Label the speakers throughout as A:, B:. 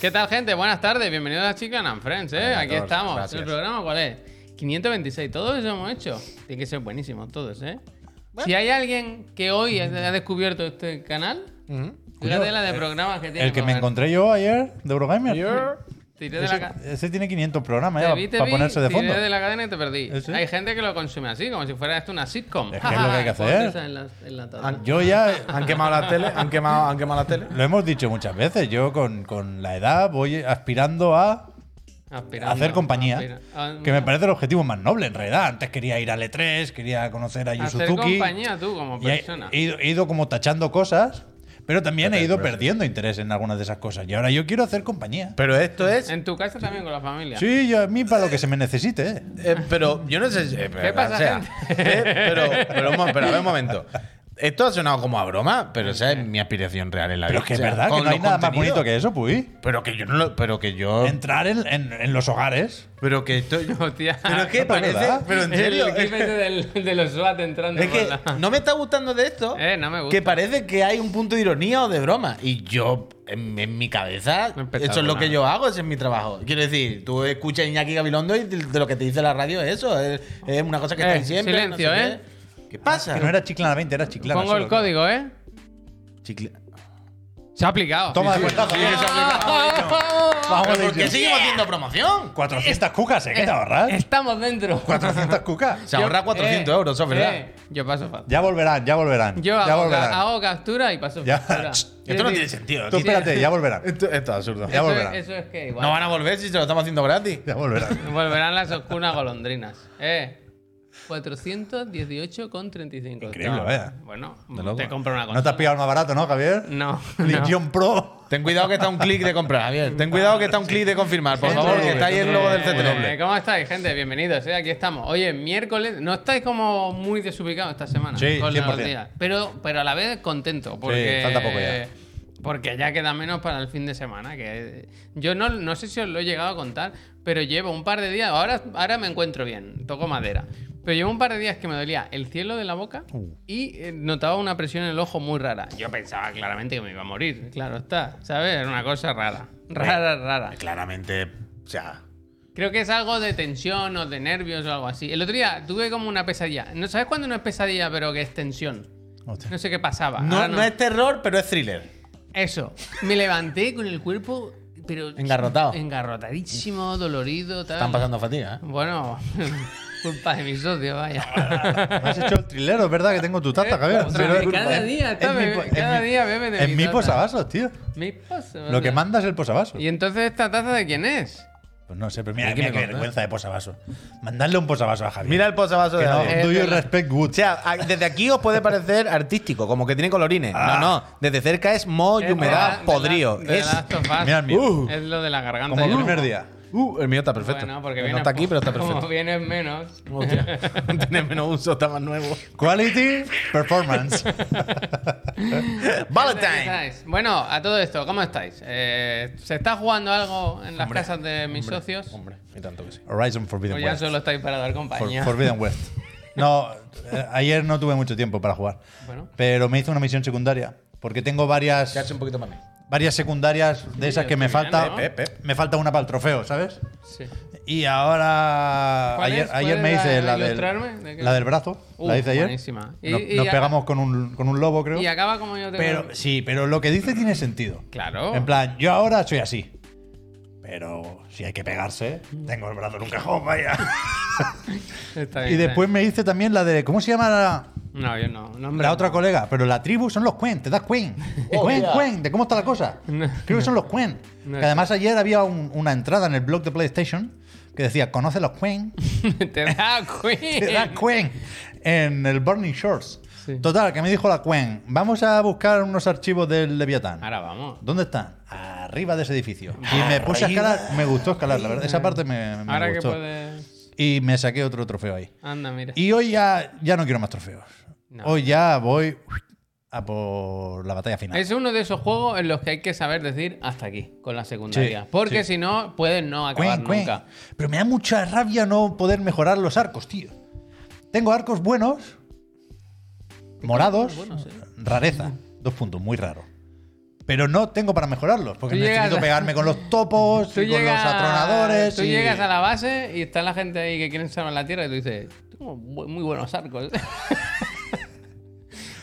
A: ¿Qué tal, gente? Buenas tardes. Bienvenidos a Chicken and Friends, ¿eh?
B: Hola a
A: Aquí
B: todos,
A: estamos.
B: gracias.
A: ¿El programa cuál es? 526. Todos eso hemos hecho. Tiene que ser buenísimo, todos, ¿eh? Si hay alguien que hoy ha descubierto este canal,
B: Ujú. Eh,
A: fíjate la de programas que tiene.
B: El que
A: por
B: me
A: ver.
B: encontré yo ayer de Eurogamer.
A: Tiré de la
B: Ese,
A: ca-
B: ese tiene 500 programas
A: Te
B: ya,
A: vi, te
B: para
A: vi,
B: ponerse de
A: tiré
B: fondo.
A: de la cadena y te perdí.
B: ¿Eh, sí?
A: Hay gente que lo consume así, como si fuera esto una sitcom.
B: Es que es lo que hay que hacer.
A: Ponte esa en la- en la tabla.
B: Ah, Yo ya
C: Han quemado la tele, han quemado, han quemado la tele.
B: lo hemos dicho muchas veces. Yo con, con la edad voy aspirando a
A: Aspirando,
B: hacer compañía.
A: aspira- ah,
B: Que me parece el objetivo más noble en realidad. Antes quería ir al E3, quería conocer a Yu
A: Hacer
B: Suzuki.
A: compañía tú como
B: Y he-
A: persona.
B: he, ido, he ido como tachando cosas, pero también he ido perdiendo interés en algunas de esas cosas. Y ahora yo quiero hacer compañía.
C: Pero esto es.
A: En tu casa también con la familia.
B: Sí, yo a mí para lo que se me necesite. eh.
C: eh, pero yo no sé. si- eh, pero,
A: pasa,
C: o sea,
A: gente?
C: eh, pero, pero, un mo- pero a ver un momento. Esto ha sonado como a broma, pero esa es mi aspiración real en la
B: Pero
C: vida.
B: es que es
C: O sea,
B: verdad que
C: con
B: no hay
C: los
B: nada más
C: contenidos.
B: bonito que eso, Puy.
C: Pero que yo no lo. Pero que yo.
B: Entrar en, en- en los hogares.
C: Pero que estoy.
A: Hostia.
C: Pero
B: No,
C: que
B: pero
C: parece.
B: ¿verdad?
C: Pero en serio.
A: El
C: Es
A: equipo
C: que,
A: ese del- de los SWAT entrando.
C: es que
A: por la-
C: no me está gustando de esto.
A: Eh, no me gusta.
C: Que parece que hay un punto de ironía o de broma. Y yo, en, en mi cabeza,
A: No he empezado
C: eso es lo que
A: nada.
C: yo hago, ese es mi trabajo. Quiero decir, tú escuchas a Iñaki Gabilondo y de de lo que te dice la radio es eso. Es, es una cosa que
A: Eh,
C: está ahí siempre.
A: silencio,
C: no sé
A: ¿eh?
C: Qué. ¿Qué pasa?
B: Ah, Que no era chiclana 20, era chiclana.
A: Pongo el
B: solo, creo.
A: código, ¿eh?
C: Chicle-
A: Se ha aplicado.
B: Toma pues, de vuelta.
A: Ah.
B: Vamos,
C: Pero ¿Por qué
B: dicho.
C: seguimos haciendo promoción?
B: 400 cucas, ¿eh? ¿Qué te ahorras?
A: Estamos dentro.
B: 400 cucas.
C: Se ahorra 400 euros, eso es verdad.
A: eh, yo paso fácil.
B: Ya volverán, ya volverán.
A: Yo
B: ya
A: hago,
B: volverán.
A: ca- hago captura y paso
B: Ya.
A: factura.
B: Esto
C: Esto no
A: Quiero
C: tiene
A: decir,
C: sentido.
B: Tú
C: aquí.
B: espérate, ya volverán.
C: Esto, esto es absurdo.
B: Ya
A: Eso,
B: volverán.
A: es- eso es que igual.
C: No van a volver si se lo estamos haciendo gratis.
B: Ya volverán.
A: Volverán las oscuras golondrinas. Eh. 418,35.
B: Increíble,
A: Está-
B: vaya.
A: Bueno,
C: loco.
A: te compro una cosa.
B: ¿No te has pillado el más barato, no, Javier?
A: No. no.
B: Legion Pro.
C: Ten cuidado que está un clic de comprar, Javier. Ten cuidado que está un clic de confirmar, por favor, que está ahí el logo del
A: Eh,
C: CTW.
A: ¿Cómo estáis, gente? Bienvenidos, eh, aquí estamos. Oye, miércoles, no estáis como muy desubicados esta semana.
B: Sí,
A: con los
B: 100%.
A: días, pero, pero a la vez contento, porque.
B: falta poco ya.
A: Porque ya queda menos para el fin de semana. Que yo no, no sé si os lo he llegado a contar, pero llevo un par de días. Ahora, ahora me encuentro bien, toco madera. Pero llevo un par de días que me dolía el cielo de la boca
B: Uh.
A: y eh, notaba una presión en el ojo muy rara. Yo pensaba claramente que me iba a morir, claro está. ¿Sabes? Era una cosa rara. Rara, rara.
C: Claramente, o sea,
A: Creo que es algo de tensión o de nervios o algo así. El otro día tuve como una pesadilla. ¿No sabes cuándo no es pesadilla, pero que es tensión?
B: Hostia.
A: No sé qué pasaba.
C: No,
A: Ahora
C: no es terror, pero es thriller.
A: Eso. Me levanté con el cuerpo, pero.
C: Engarrotado.
A: Engarrotadísimo, dolorido, tal.
C: Están pasando fatiga. ¿eh?
A: Bueno, culpa de mis socios,
B: Me
A: vaya.
B: has hecho el trilero, es verdad que tengo tu taza, Javier.
A: Otra
B: Pero-
A: vez, Eh, pues, cada día, está,
B: en mi
A: bebe-
B: po- en
A: cada
B: mi-
A: día bebe de
B: En mi
A: taza.
B: posavasos, tío.
A: Mi posa,
B: Lo que
A: vaya.
B: manda es el posavasos.
A: ¿Y entonces esta taza de quién es?
B: Pues no sé, pero mira,
C: ¿Y qué
B: mira
C: me
B: qué
C: contás?
B: vergüenza de posavasos. Mandarle un posavasos a Javier.
C: Mira el posavasos
B: que
C: de
B: no,
C: Javier.
A: Eh,
B: do you
A: verdad.
B: respect wood.
C: O sea, a- desde aquí os puede parecer artístico, como que tiene colorines.
B: Ah.
C: No, no. Desde cerca es moho y
A: Es de
C: humedad,
A: la-
C: podrío.
A: de la- de
C: es,
A: la Last of Us.
B: Mira el mío.
C: Uh.
A: Es lo de la garganta.
B: Como el
A: yo no-
B: primer día.
C: Uh, el mío está perfecto.
A: Bueno, porque
C: no
A: viene
C: está aquí, pero está
A: Como
C: perfecto.
A: viene menos.
C: Hostia, tiene menos uso, está más nuevo.
B: Quality, performance.
C: Valentine.
A: Bueno, a todo esto, ¿cómo estáis? Eh, ¿Se está jugando algo en las casas de mis socios?
C: Hombre, y tanto que sí.
B: Horizon Forbidden
A: o Pues ya
B: West.
A: solo estáis para dar compañía.
B: pues, For- Forbidden West. No, eh, ayer no tuve mucho tiempo para jugar.
A: Bueno.
B: Pero me hice una misión secundaria. Porque tengo varias,
C: Se hace un poquito más. bien.
B: varias secundarias de esas que me
A: está
B: falta.
A: bien,
C: ¿no? Pep, pep.
B: Me falta una para el trofeo, ¿sabes?
A: Sí.
B: Y ahora.
A: ¿Cuál
B: Ayer,
A: es?
B: ayer
A: ¿Puedes
B: me hice
A: la-
B: la, del,
A: ilustrarme? ¿De qué?
B: la del brazo.
A: Uh,
B: la hice ayer.
A: buenísima. Y-
B: nos
A: y
B: nos
A: ya-
B: pegamos con un, con un lobo, creo.
A: Y acaba como yo tengo.
B: Pero sí, pero lo que dice tiene sentido.
A: Claro.
B: En plan, yo ahora soy así. Pero si hay que pegarse, tengo el brazo en un cajón, vaya.
A: Está bien,
B: Y
A: está
B: después
A: bien.
B: me hice también la de. ¿Cómo se llama la,
A: No, yo no. no, hombre,
B: la
A: no.
B: otra colega? Pero la tribu son los Quen, te das Quen. Quen,
C: Hostia.
B: Quen, de cómo está la cosa. Creo que son los Quen.
A: No.
B: Que además ayer había un- una entrada en el blog de PlayStation que decía: Conoce los Quen.
A: Te da
B: Te
A: Queen.
B: da Quen en el Burning Shores.
A: Sí.
B: Total, que me dijo la Quen: Vamos a buscar unos archivos del Leviatán.
A: Ahora vamos.
B: ¿Dónde están? Arriba de ese edificio. Y me puse a
C: Arriba.
B: escalar, me gustó escalar, la verdad. Esa parte me, me
A: Ah, Ahora que
B: gustó.
A: puedes.
B: Y me saqué otro trofeo ahí.
A: Anda, mira.
B: Y hoy ya, ya no quiero más trofeos.
A: No.
B: Hoy ya voy a por la batalla final.
A: Es uno de esos juegos en los que hay que saber decir hasta aquí, con la secundaria.
B: Sí,
A: porque
B: sí.
A: si no, pueden no acabar
B: Cuen, cuen.
A: nunca.
B: Pero me da mucha rabia no poder mejorar los arcos, tío. Tengo arcos buenos, morados,
A: buenos, eh.
B: rareza. Dos puntos, muy raro. Pero no tengo para mejorarlos, porque
A: Tú
B: necesito
A: llegas-
B: pegarme con los topos, y con los atronadores.
A: tú
B: y-
A: llegas a la base y está la gente ahí que quieren salvar la tierra y tú dices, tengo bu- muy buenos arcos.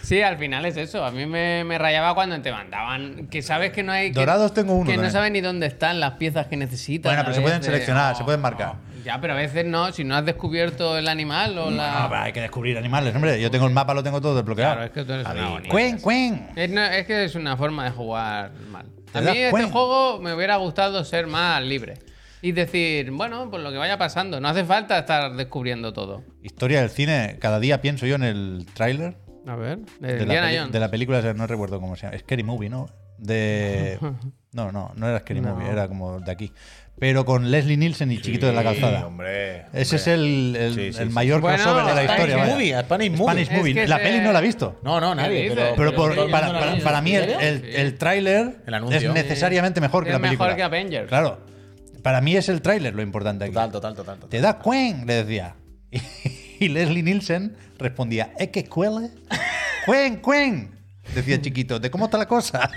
A: sí, al final es eso. A mí me, me rayaba cuando te mandaban que sabes que no hay... que-
B: Dorados tengo uno
A: Que no
B: también.
A: sabes ni dónde están las piezas que necesitas.
B: Bueno,
A: a
B: pero se pueden
A: veces.
B: seleccionar, se pueden marcar.
A: Ya, pero a veces no. Si no has descubierto el animal o la...
B: Ah, pero hay que descubrir animales, hombre. Yo tengo el mapa, lo tengo todo desbloqueado.
A: Claro, es que tú eres
B: A
A: una
B: ver,
A: bonita.
B: Cuen, cuen.
A: Es, no- es que es una forma de jugar mal.
B: ¿Te
A: A
B: das
A: mí este
B: cuenta?
A: juego me hubiera gustado ser más libre. Y decir, bueno, pues lo que vaya pasando. No hace falta estar descubriendo todo.
B: Historia del cine. Cada día pienso yo en el tráiler
A: A ver, de,
B: de, la
A: Eh, Indiana
B: peli-
A: Jones.
B: de la película, o sea, no recuerdo cómo se llama. Scary Movie, ¿no? De. No, no, no era Scary
A: No.
B: Movie, era como de aquí. Pero con Leslie Nielsen y Chiquito de la Calzada.
D: Hombre, hombre.
B: Ese es el, el-
D: Sí, sí,
B: el
D: sí.
B: mayor
A: Bueno,
B: crossover de la
A: Spanish
B: historia. vaya.
C: Movie, Spanish Movie.
B: Spanish
A: Es
B: Movie.
A: que
B: la
A: se-
B: peli no la he visto.
C: No, no, nadie.
A: dices?
B: Pero
C: Pero,
A: pero
B: por-
A: todo el
B: para,
A: mundo la
B: para-
A: ha visto.
B: para mí el,
A: ¿En serio?
B: el,
A: Sí.
B: el tráiler
C: El anuncio.
B: es necesariamente mejor que
A: Es
B: la
A: mejor
B: película.
A: que Avengers.
B: Claro. Para mí es el tráiler lo importante aquí.
C: Total, total, total. total.
B: Te da cuen, le decía. Y Leslie Nielsen respondía, ¿es que cuele? ¡Cuen, cuen! Decía chiquito, ¿de cómo está la cosa?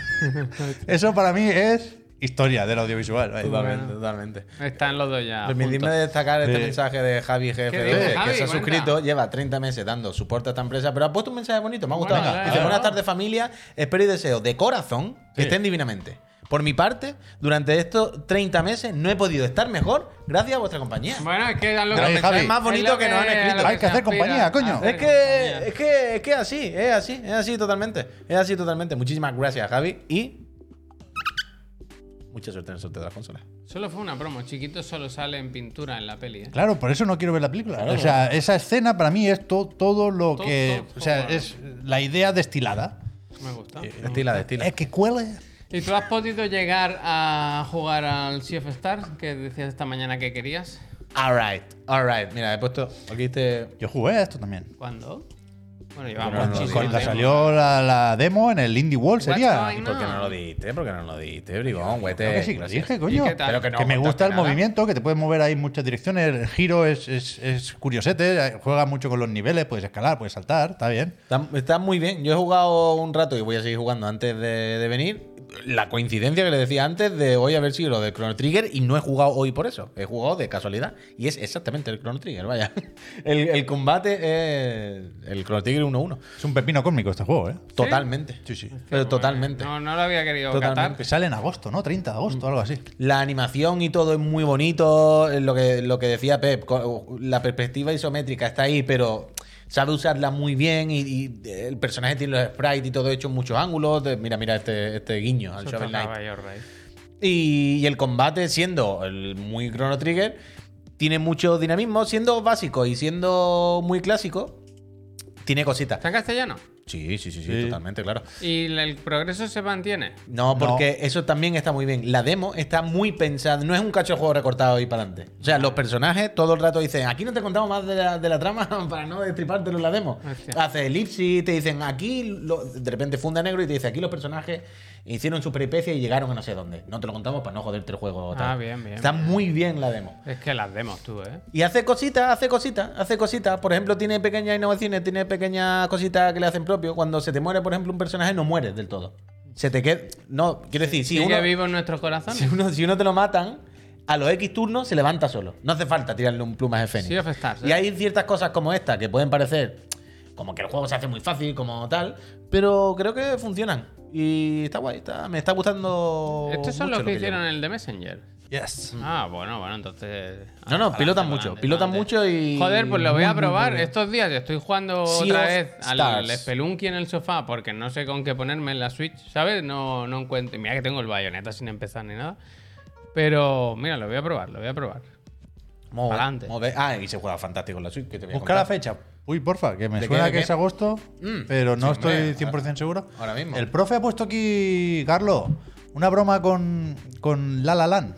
B: Eso para mí es historia del audiovisual. vaya.
C: Totalmente, totalmente.
A: Están los dos ya.
C: Permitidme
A: juntos.
C: destacar este
B: Sí.
C: mensaje de Javi GF2,
A: dice
C: que
A: Javi?
C: se
A: Cuenta.
C: ha suscrito, lleva 30 meses dando soporte a esta empresa, pero ha puesto un mensaje bonito, me ha gustado.
A: Bueno,
C: dice,
A: claro.
C: buenas tardes familia, espero y deseo de corazón que estén divinamente. Por mi parte, durante estos 30 meses no he podido estar mejor gracias a vuestra compañía.
A: Bueno, es que es lo
B: Gracias,
A: que-
B: Javi.
A: es
C: Más bonito
A: lo
C: que nos han escrito.
A: a lo
B: Hay que
A: se
B: hacer
A: aspira.
B: compañía, coño.
A: Hacer
C: Es que,
A: compañía.
C: es que es que así, es así, es así totalmente. Es así totalmente. Muchísimas gracias, Javi. Y mucha suerte en el sorteo de las consolas.
A: Solo fue una promo. Chiquito solo sale en pintura en la peli. ¿eh?
B: Claro, por eso no quiero ver la película. o sea, esa escena para mí es to- todo lo
A: Todo,
B: que...
A: todo,
B: O sea,
A: todo.
B: es la idea destilada.
A: Me gusta.
C: Estila, estila.
A: Eh.
B: ¿Es que cuele?
A: ¿Y tú has podido llegar a jugar al Sea of Stars que decías esta mañana que querías?
C: Alright, alright. Mira, he puesto aquí este.
B: Yo jugué a esto también.
A: ¿Cuándo? Bueno, llevamos
C: Bueno,
A: muchísimo
B: Cuando
A: tiempo.
B: salió la, la demo en el Indie World sería...
A: What's going
C: ¿Por qué no
A: on?
C: lo diste? ¿Por qué no lo diste, brigón? Güete.
B: Creo que sí, que lo
C: Gracias.
B: dije, coño.
A: ¿Y qué tal?
C: Pero que no
B: que me gusta
C: contaste
B: el
C: nada.
B: movimiento, que te puedes mover ahí en muchas direcciones. El giro es, es, es curiosete, eh, juega mucho con los niveles, puedes escalar, puedes saltar, está bien.
C: Está, está muy bien. Yo he jugado un rato y voy a seguir jugando antes de, de venir. La coincidencia que le decía antes de hoy haber sido lo del Chrono Trigger y no he jugado hoy por eso. He jugado de casualidad y es exactamente el Chrono Trigger, vaya. El, el combate es el Chrono Trigger 1-1.
B: Es un pepino cósmico este juego, ¿eh?
C: Totalmente.
B: Sí, sí.
A: Qué
C: Pero
A: bueno.
C: totalmente.
A: No, no lo había querido
C: Totalmente.
B: Que
A: catar.
B: sale en agosto, ¿no? 30 de
C: Mm.
B: agosto, algo así.
C: La animación y todo es muy bonito. eh, Lo que, lo que decía Pep, co- la perspectiva isométrica está ahí, pero sabe usarla muy bien. Y, y eh, el personaje tiene los sprites y todo hecho en muchos ángulos. De- mira, mira este, este guiño al
A: Eso ¿eh?
C: Shovel Knight.
A: tocaba yo, Ray.
C: Y, y el combate, siendo el muy Chrono Trigger, tiene mucho dinamismo. Siendo básico y siendo muy clásico, tiene cositas.
A: ¿Está en castellano?
C: Sí, sí, sí, sí,
B: Sí.
C: totalmente, claro.
A: ¿Y el- el progreso se mantiene?
C: No,
B: No.
C: porque eso también está muy bien. La demo está muy pensada. No es un cacho de juego recortado ahí para adelante. O sea, los personajes todo el rato dicen, aquí no te contamos más de la, de la trama para no destripártelo en la demo.
A: Hostia.
C: Hace elipsis, te dicen, aquí, lo- de repente funda negro y te dice, aquí los personajes hicieron su peripecia y llegaron a no sé dónde. No te lo contamos para no joderte el juego. o tal.
A: Ah, bien, bien,
C: Está
A: bien.
C: muy bien la demo.
A: Es que las demos tú, ¿eh?
C: Y hace cositas, hace cositas, hace cositas. Por ejemplo, tiene pequeñas innovaciones, tiene pequeñas cositas que le hacen propio. Cuando se te muere, por ejemplo, un personaje, no mueres del todo. Se te queda. No, quiero decir, si
A: ¿Sigue
C: uno,
A: vivo en nuestros corazones?
C: si, uno, si uno te lo matan, a los X turnos se levanta solo. No hace falta tirarle un plumaje fénix.
A: Sea of Stars, ¿eh?
C: Y hay ciertas cosas como esta que pueden parecer como que el juego se hace muy fácil, como tal, pero creo que funcionan. Y está guay, está, me está gustando.
A: Estos son los
C: mucho lo
A: que,
C: llevo.
A: hicieron en el de Messenger.
B: Yes.
A: Ah, bueno, bueno, entonces.
C: Mm. No, no,
A: adelante,
C: pilotan
A: adelante,
C: mucho, pilotan
A: adelante.
C: mucho y-
A: Joder, pues lo voy
C: Muy,
A: a
C: muy,
A: probar.
C: muy bien.
A: Estos días estoy jugando
C: Sea
A: otra
C: of
A: vez al
C: Stars.
A: Spelunky en el sofá porque no sé con qué ponerme en la Switch, ¿sabes? No, no encuentro. y Mira que tengo el bayoneta sin empezar ni nada. Pero, mira, lo voy a probar, lo voy a probar.
C: Muy bien,
A: Pa'lante.
C: muy bien. Ah, y se juega fantástico en la Switch. Que te voy a
B: Busca la
C: contar.
B: fecha. Uy, porfa, que me
C: ¿De
B: suena
C: qué, de
B: que
C: qué?
B: es agosto,
C: Mm.
B: pero no
C: Sí, hombre,
B: estoy 100% seguro.
C: ahora mismo.
B: El profe ha puesto aquí, Carlos, una broma con, con La La Land.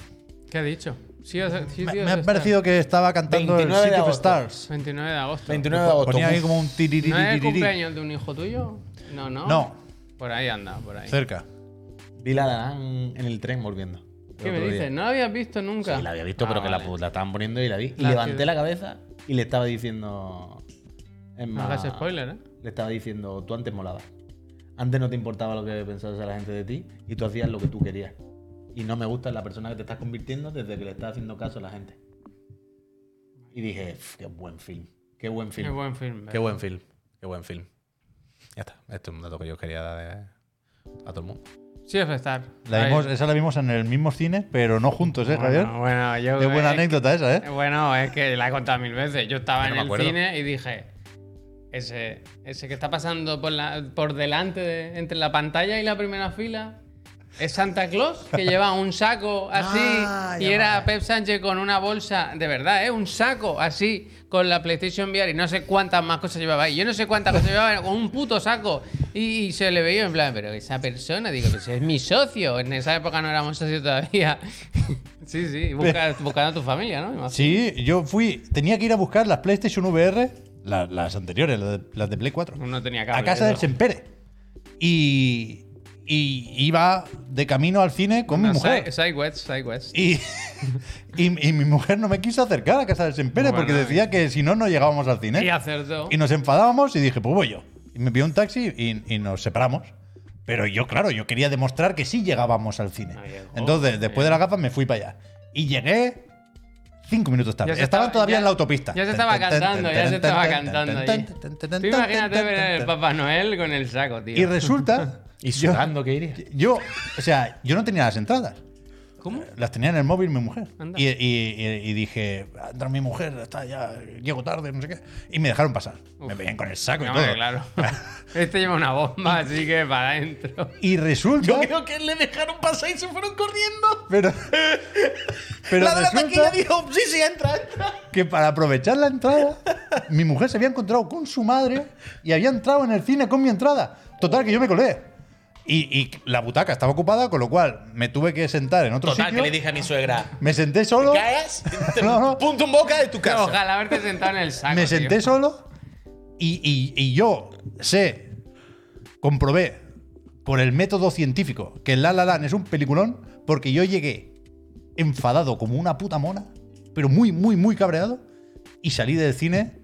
A: ¿Qué ha dicho? Sí, o sea, sí,
B: Me,
A: Dios
B: me ha
A: está.
B: parecido que estaba cantando el
C: 29 de
B: City of
C: agosto.
B: Stars.
A: 29 de agosto.
C: 29 de agosto.
B: Ponía ahí
C: Uf.
B: como un
A: ¿No es el
B: tiririririri.
A: cumpleaños de un hijo tuyo? No, no.
B: No.
A: Por ahí anda, por ahí.
B: Cerca.
C: Vi la Dan en el tren volviendo. el
A: ¿Qué me
C: otro día.
A: dices? ¿No la habías visto nunca?
C: Sí, la había visto,
A: Ah,
C: pero que la,
A: vale.
C: pu- la estaban poniendo y la vi. Y
A: La
C: levanté
A: ciudad.
C: la cabeza y le estaba diciendo. Ah,
A: No hagas spoiler, ¿eh?
C: Le estaba diciendo, tú antes molabas. Antes no te importaba lo que pensase la gente de ti y tú hacías lo que tú querías. Y no me gusta la persona que te estás convirtiendo desde que le estás haciendo caso a la gente. Y dije, "Uf, qué buen film. Qué buen film.
A: Qué buen film.
C: Qué buen film. Qué buen film. Ya está. Este es un dato que yo quería dar eh, a todo el mundo.
A: Sí, es estar.
B: La vimos- esa la vimos en el mismo cine, pero no juntos, ¿eh, Javier?
A: Bueno, bueno, yo.
B: Qué buena
A: es que-
B: anécdota esa, ¿eh?
A: Bueno, es que la he contado mil veces. Yo estaba en
C: Yo no me
A: el
C: acuerdo.
A: cine y dije, ese, ese que está pasando por, la, por delante, de- entre la pantalla y la primera fila, es Santa Claus, que lleva un saco así
B: Ah,
A: y
B: ya
A: era
B: vale.
A: Pep Sánchez con una bolsa, de verdad, ¿eh? un saco así con la PlayStation VR y no sé cuántas más cosas llevaba ahí. Yo no sé cuántas cosas llevaba con un puto saco. Y, y se le veía en plan, pero esa persona, digo, pues es mi socio. En esa época no éramos socios todavía. sí, sí, busca- buscando a tu familia, ¿no? Me imagino.
B: Sí, yo fui. Tenía que ir a buscar las PlayStation VR, la- las anteriores, las de, las de Play 4,
A: No tenía cable.
B: a casa del Sempere. Y, y iba de camino al cine con mi mujer.
A: Sidewest, Sidewest.
B: Y, y, y mi mujer no me quiso acercar a casa del Sempere
A: Bueno, eh.
B: porque decía que si no, no llegábamos al cine.
A: Y acertó.
B: Y nos enfadábamos y dije, pues voy yo. Y me pidió un taxi y, y nos separamos. Pero yo, claro, yo quería demostrar que sí llegábamos al cine.
A: Ah, llegó.
B: Entonces, después de las gafas, me fui para allá. Y llegué cinco minutos tarde.
A: Ya se
B: Estaban
A: estaba-
B: todavía
A: ya-
B: en la autopista.
A: ya se estaba cantando, ya se estaba cantando allí. Tú imagínate ver el Papá Noel con el saco, tío.
B: Y resulta...
C: Y
B: yo,
C: sudando que iría.
B: yo, o sea, yo no tenía las entradas.
A: ¿Cómo?
B: Las tenía en el móvil mi mujer.
A: Anda.
B: Y, y- y- y dije, entra mi mujer, está ya, llego tarde, no sé qué. Y me dejaron pasar. Me veían con el saco y
A: No,
B: todo.
A: claro. Este lleva una bomba, así que para adentro.
B: Y resulta.
C: Yo creo que le dejaron pasar y se fueron corriendo.
B: Pero. Pero
C: la de la
B: resulta
C: taquilla dijo, sí, sí, entra, entra.
B: que para aprovechar la entrada, mi mujer se había encontrado con su madre y había entrado en el cine con mi entrada. Total, que yo me colé. Y, y la butaca estaba ocupada, con lo cual me tuve que sentar en otro
C: Total,
B: sitio.
C: que le dije a mi suegra,
B: Me senté solo.
C: caes, te
B: No, no.
C: punto en boca de tu casa.
A: Ojalá haberte sentado en el saco.
B: me
A: tío.
B: senté solo y, y- y yo sé, comprobé por el método científico que La La Land es un peliculón porque yo llegué enfadado como una puta mona, pero muy, muy, muy cabreado y salí del cine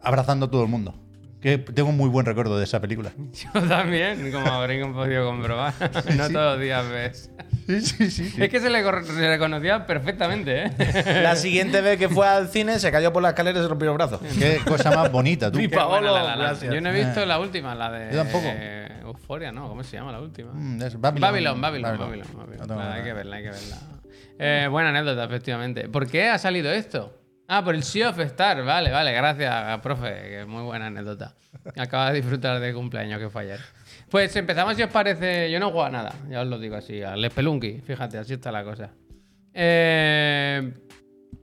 B: abrazando a todo el mundo. Que tengo muy buen recuerdo de esa película.
A: Yo también, como habréis podido comprobar. No todos los días ves.
B: Sí, sí, sí.
A: Es que se le, cor- se le conocía perfectamente, ¿eh?
C: La siguiente vez que fue al cine se cayó por la escalera y se rompió el brazo.
B: Qué cosa más bonita, tú.
C: Mi
A: Qué buena La
C: Paolo,
A: La Land.
C: gracias.
A: Yo no he visto la última, la de.
B: Eh, Yo tampoco.
A: Euforia, ¿no? ¿Cómo se llama la última?
B: Mm, es
A: Babylon, Babylon, Babylon. Babylon,
B: No tengo
A: Nada,
B: nada.
A: hay que verla, hay que verla. Eh, buena anécdota, efectivamente. ¿Por qué ha salido esto? Ah, por el Sea of Star. Vale, vale, gracias, profe. que Muy buena anécdota. Acaba de disfrutar de cumpleaños que fue ayer. Pues empezamos, si os parece. Yo no juego a nada, ya os lo digo así, al Spelunky. Fíjate, así está la cosa. Eh,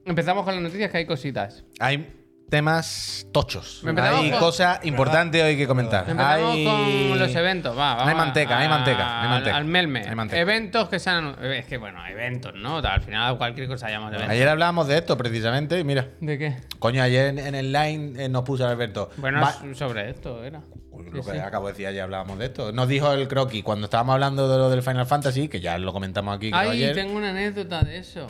A: empezamos con las noticias que hay cositas.
C: Hay temas tochos.
A: Empezamos
C: Hay
A: con-
C: cosas importantes hoy que comentar.
A: Empezamos
C: Hay...
A: con los eventos. Va, vamos
C: hay manteca, hay manteca, hay
A: al-
C: manteca.
A: Al melme.
C: Hay manteca.
A: Eventos que se han anunciado. Es que, bueno, eventos, ¿no? Al final cualquier cosa llamamos eventos.
C: Ayer hablábamos de esto precisamente y mira,
A: ¿De qué?
C: coño, ayer en, en el line eh, nos puso Alberto.
A: Bueno,
C: va-
A: es sobre esto era.
C: Uy, Lo
A: Sí,
C: que
A: sí.
C: acabo de decir ayer hablábamos de esto. Nos dijo el croquis cuando estábamos hablando de lo del Final Fantasy, que ya lo comentamos aquí. creo,
A: Ay,
C: ayer.
A: tengo una anécdota de eso.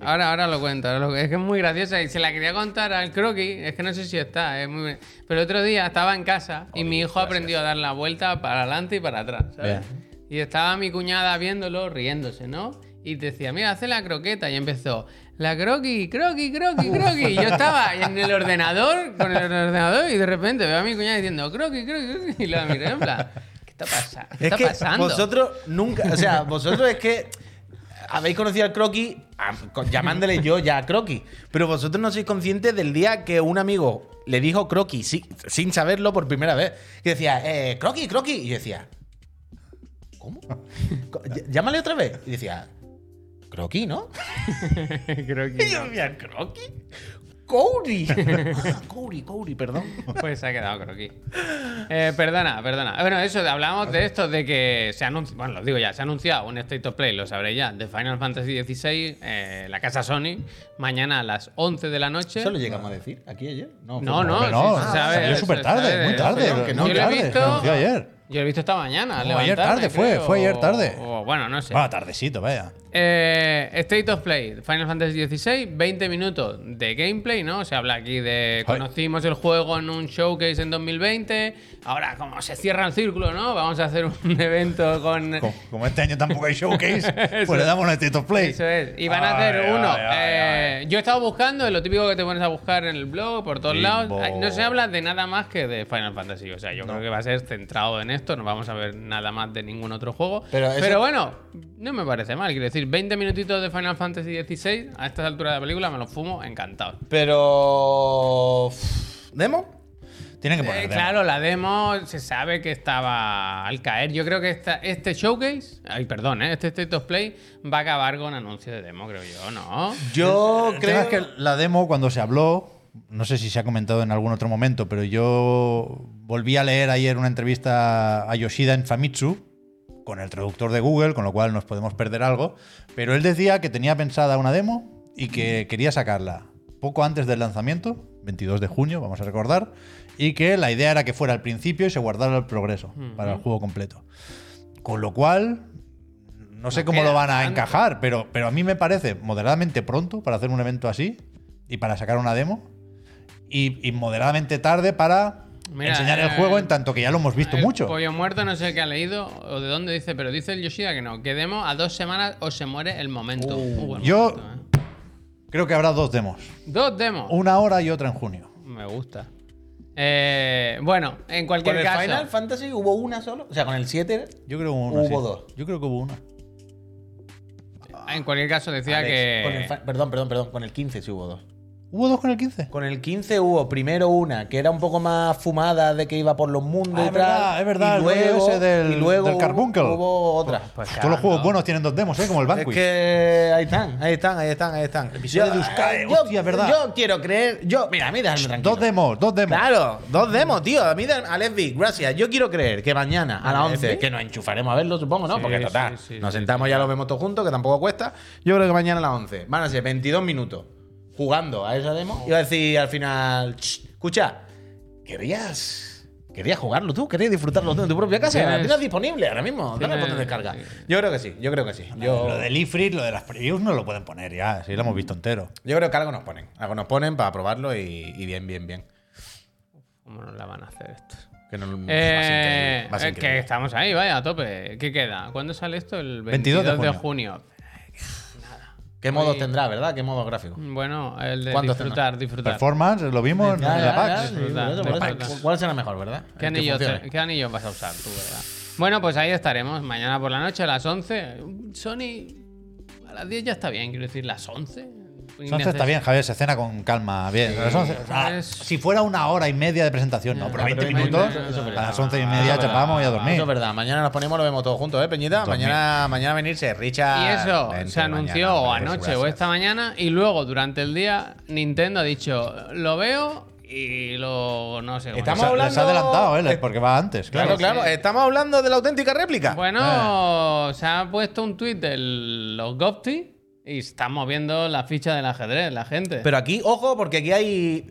A: Ahora, ahora lo cuento, ahora lo- es que es muy graciosa y se la quería contar al croquis, es que no sé si está, es muy... pero otro día estaba en casa y mi hijo aprendió a dar la vuelta para adelante y para atrás, ¿sabes? Y estaba mi cuñada viéndolo, riéndose, ¿no? Y decía, mira, hace la croqueta y empezó, la croqui, croqui, croqui, croqui. Y yo estaba en el ordenador, con el ordenador y de repente veo a mi cuñada diciendo, croqui, croqui, croqui, y la miré en plan, ¿qué está, pasa- qué
C: Es
A: está
C: que
A: pasando?
C: vosotros nunca, o sea, vosotros es que habéis conocido al croquis a- con- llamándole yo ya a croquis, pero vosotros no sois conscientes del día que un amigo le dijo croquis sí, sin saberlo por primera vez, que decía, eh, croquis, croquis, y yo decía, ¿cómo? Co- ll- Llámale otra vez, y decía, croquis, ¿no?
A: Croqui,
C: Y yo
A: no.
C: decía, croquis. Cory. Ah, Cory, Cory, perdón.
A: Pues se ha quedado croquis. Eh, perdona, perdona. Bueno, eso, hablábamos de esto, de que se anuncia, bueno, lo digo ya, se ha anunciado un State of Play, lo sabréis ya, de Final Fantasy XVI, eh, la casa Sony, mañana a las 11 de la noche.
C: ¿Eso lo llegamos a decir aquí ayer?
A: No,
C: fue-
A: no,
B: Pero no,
A: sí, se sabe,
B: salió
A: se
B: súper tarde,
A: sabe,
B: muy
A: se
B: tarde.
A: sabe.
C: que no,
B: muy
A: Yo lo he
B: tarde.
A: visto-
B: se anunció ayer.
A: Yo lo he visto esta mañana. al
B: O ayer
A: levantarme,
B: tarde fue,
A: creo,
B: fue ayer tarde.
A: o- o bueno, no sé.
B: Va, tardecito, vaya.
A: Eh, State of Play, Final Fantasy XVI, 20 minutos de gameplay, ¿no? Se habla aquí de
B: Ay.
A: conocimos el juego en un showcase en 2020, ahora como se cierra el círculo, ¿no? Vamos a hacer un evento con...
B: Como, como este año tampoco hay showcase, pues le damos un State of Play.
A: Eso es. Y van a
B: Ay,
A: hacer
B: ay,
A: uno.
B: ay,
A: eh, Yo he estado buscando, es lo típico que te pones a buscar en el blog, por todos lados.
B: Limbo.
A: Ay, No se habla de nada más que de Final Fantasy. O sea, yo creo que va a ser centrado en esto. No vamos a ver nada más de ningún otro juego. Pero,
C: Pero eso-
A: bueno, no me parece mal. Quiero decir, 20 minutitos de Final Fantasy XVI a estas alturas de la película me los fumo encantado.
C: Pero. ¿Demo?
B: Tienen que
A: Eh,
B: poner.
A: claro, la demo se sabe que estaba al caer. Yo creo que esta- este showcase, ay, perdón, eh, este State of Play va a acabar con anuncio de demo, creo yo, ¿no?
C: Yo
B: El tema
C: creo
B: es que la demo, cuando se habló, no sé si se ha comentado en algún otro momento, pero yo volví a leer ayer una entrevista a Yoshida en Famitsu con el traductor de Google, con lo cual nos podemos perder algo. Pero él decía que tenía pensada una demo y que quería sacarla poco antes del lanzamiento, 22 de junio, vamos a recordar, y que la idea era que fuera al principio y se guardara el progreso para el juego completo. Con lo cual, no sé
A: No
B: cómo
A: queda
B: lo van a
A: tanto.
B: encajar, pero, pero a mí me parece moderadamente pronto para hacer un evento así y para sacar una demo y, y moderadamente tarde para
A: Mira,
B: enseñar el
A: eh,
B: juego en tanto que ya lo hemos visto
A: El
B: mucho.
A: Pollo muerto, no sé qué ha leído o de dónde dice, pero dice el Yoshida que no. Que demo a dos semanas o se muere el momento.
C: Uh.
A: Muy buen
B: Yo-
A: momento, ¿eh?
B: Creo que habrá dos demos,
A: Dos demos.
B: una ahora y otra en junio.
A: Me gusta. Eh, bueno, en cualquier
C: Con el
A: caso.
C: Final Fantasy hubo una solo. O sea, con el 7.
B: Yo creo que hubo una,
C: Hubo
B: sí.
C: dos.
B: Yo creo que hubo una.
A: En cualquier caso decía
C: Alex, con el
A: que.
C: fa- perdón, perdón, perdón. Con el 15 sí hubo dos.
B: ¿Hubo dos con el 15?
C: Con el 15 hubo primero una que era un poco más fumada de que iba por los mundos
B: Ah,
C: y
B: es
C: tal.
B: verdad, es verdad,
C: y
B: el rollo
C: luego,
B: ese del-
C: y luego
B: del
C: hubo-
B: Carbuncle. Pues,
C: Hubo otra.
B: Todos los juegos buenos tienen dos demos, ¿eh? Como el
C: es
B: Banquist.
C: que ahí están, ahí están, ahí están, ahí están.
B: episodio de Euskadi,
C: yo-
B: hostia, es verdad.
C: Yo quiero creer. Yo, mira, a mí déjame tranquilo.
B: Dos demos, dos demos.
C: Claro, dos demos, tío. A mí, a Lesbi, gracias. Yo quiero creer que mañana a las 11, que nos enchufaremos a verlo, supongo, ¿no?
A: Sí,
C: Porque total,
A: sí, sí,
C: nos
A: sí,
C: sentamos ya lo vemos todos juntos, que tampoco cuesta. Yo creo que mañana a las 11 van a ser 22 minutos jugando a esa demo. Y va a decir al final, "Ch, escucha, querías. Querías jugarlo tú, querías disfrutarlo tú en tu propia casa. La
A: Tienes-
C: tienes disponible ahora mismo. Dale al
A: Tienes-
C: botón de descarga.
A: sí.
C: Yo creo que sí, yo creo que sí. Yo,
B: Lo del Ifrit, lo de las previews no lo pueden poner ya, sí lo hemos visto entero.
C: yo creo que algo nos ponen. Algo nos ponen para probarlo y, y bien, bien, bien.
A: ¿Cómo no la van a hacer esto?
C: Que no,
A: Eh,
C: va a ser Mm, increíble, va a ser
A: eh, que
C: increíble.
A: estamos ahí, vaya, a tope. ¿Qué queda? ¿Cuándo sale esto? El 22,
B: 22 de
A: de
B: junio.
A: junio.
C: ¿Qué modos tendrá, verdad? ¿Qué modos gráficos?
A: Bueno, el de
C: ¿Cuándo
A: disfrutar, disfrutar.
B: Performance, lo vimos
C: Ya,
B: en la
C: ya, ya,
B: PAX.
C: sí, por eso,
A: de
C: por eso.
A: packs.
C: ¿Cu- ¿Cuál será mejor, verdad? El
A: ¿Qué
C: que
A: anillo,
C: funcione.
A: te- qué anillo vas a usar tú, verdad? Bueno, pues ahí estaremos mañana por la noche a las 11. Sony a las 10 ya está bien, quiero decir, las 11.
B: Entonces está bien, Javier, se cena con calma. Bien. A las 11, ah,
A: Es-
B: si fuera una hora y media de presentación, no, pero
A: Ya, pero
B: 20
A: veinte
B: minutos,
A: minutos, eso es
B: a
A: verdad.
B: las 11 y
C: Ah, eso
B: media
C: es verdad.
B: chapamos y a dormir.
C: Eso es verdad. Mañana nos ponemos, lo vemos todos juntos, ¿eh, Peñita? Mañana, mañana venirse, Richard.
A: Y eso
C: Vente
A: se
C: mañana,
A: anunció o
C: hombre, pues
A: anoche
C: gracias.
A: o esta mañana y luego durante el día Nintendo ha dicho, lo veo y lo no sé. bueno".
B: Les ha-
C: Estamos
B: Les ha
C: hablando-
B: adelantado, él, porque va antes.
C: Claro,
B: Claro.
C: claro. Estamos hablando de la auténtica réplica. Ah.
A: Bueno, se ha puesto un tuit de los Gopti y están moviendo la ficha del ajedrez, la gente.
C: Pero aquí, ojo, porque aquí hay.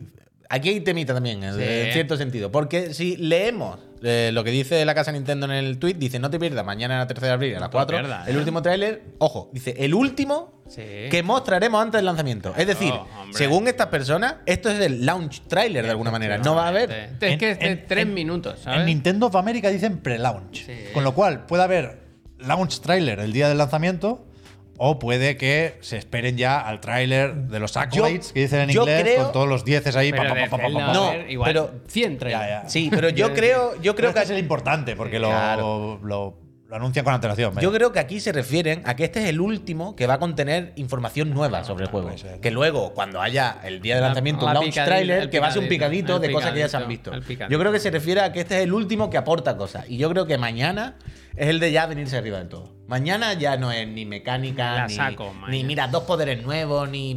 C: Aquí hay temita también, en-
A: Sí.
C: en cierto sentido. Porque si leemos eh, lo que dice la casa Nintendo en el tweet, dice: No te pierdas, mañana a 13 de abril a las
A: te
C: 4.
A: pierdas,
C: el
A: ¿eh?
C: último tráiler, ojo, dice: El último
A: Sí. Oh,
C: que mostraremos antes del lanzamiento. Es decir,
A: hombre.
C: según estas personas, esto es el launch trailer de alguna manera. No va a haber.
A: Es que es de
B: En- en-
A: tres minutos, ¿sabes?
B: En Nintendo of America dicen pre-launch.
A: Sí.
B: Con lo cual puede haber launch trailer el día del lanzamiento o puede que se esperen ya al trailer de los accolades que dicen en
C: yo
B: inglés
C: creo-
B: con todos los dieces ahí.
A: Pero
B: pa, pa,
A: de
B: pa, pa, pa,
A: Zelda
B: pa,
A: va
B: pa.
A: a
C: No,
A: haber igual
C: pero-
A: 100 trailers.
B: Ya, ya.
C: Sí, pero yo creo, yo creo
B: Pero
C: que
B: este es el importante porque lo,
C: Claro.
B: lo- lo anuncian con antelación.
C: Yo
B: vaya.
C: creo que aquí se refieren a que este es el último que va a contener información nueva sobre el juego.
B: puede ser.
C: Que luego, cuando haya el día de
A: Ah, La-
C: lanzamiento, un
A: la
C: launch
A: picadita, el
C: trailer, que va a ser un
A: picadito,
C: picadito
A: el
C: de cosas que ya se han
A: picadito, el
C: visto.
A: picadito.
C: Yo creo que se refiere a que este es el último que aporta cosas. Y yo creo que mañana es el de ya venirse arriba del todo. Mañana ya no es ni mecánica,
A: La
C: ni,
A: saco, mañana.
C: ni mira, dos poderes nuevos, ni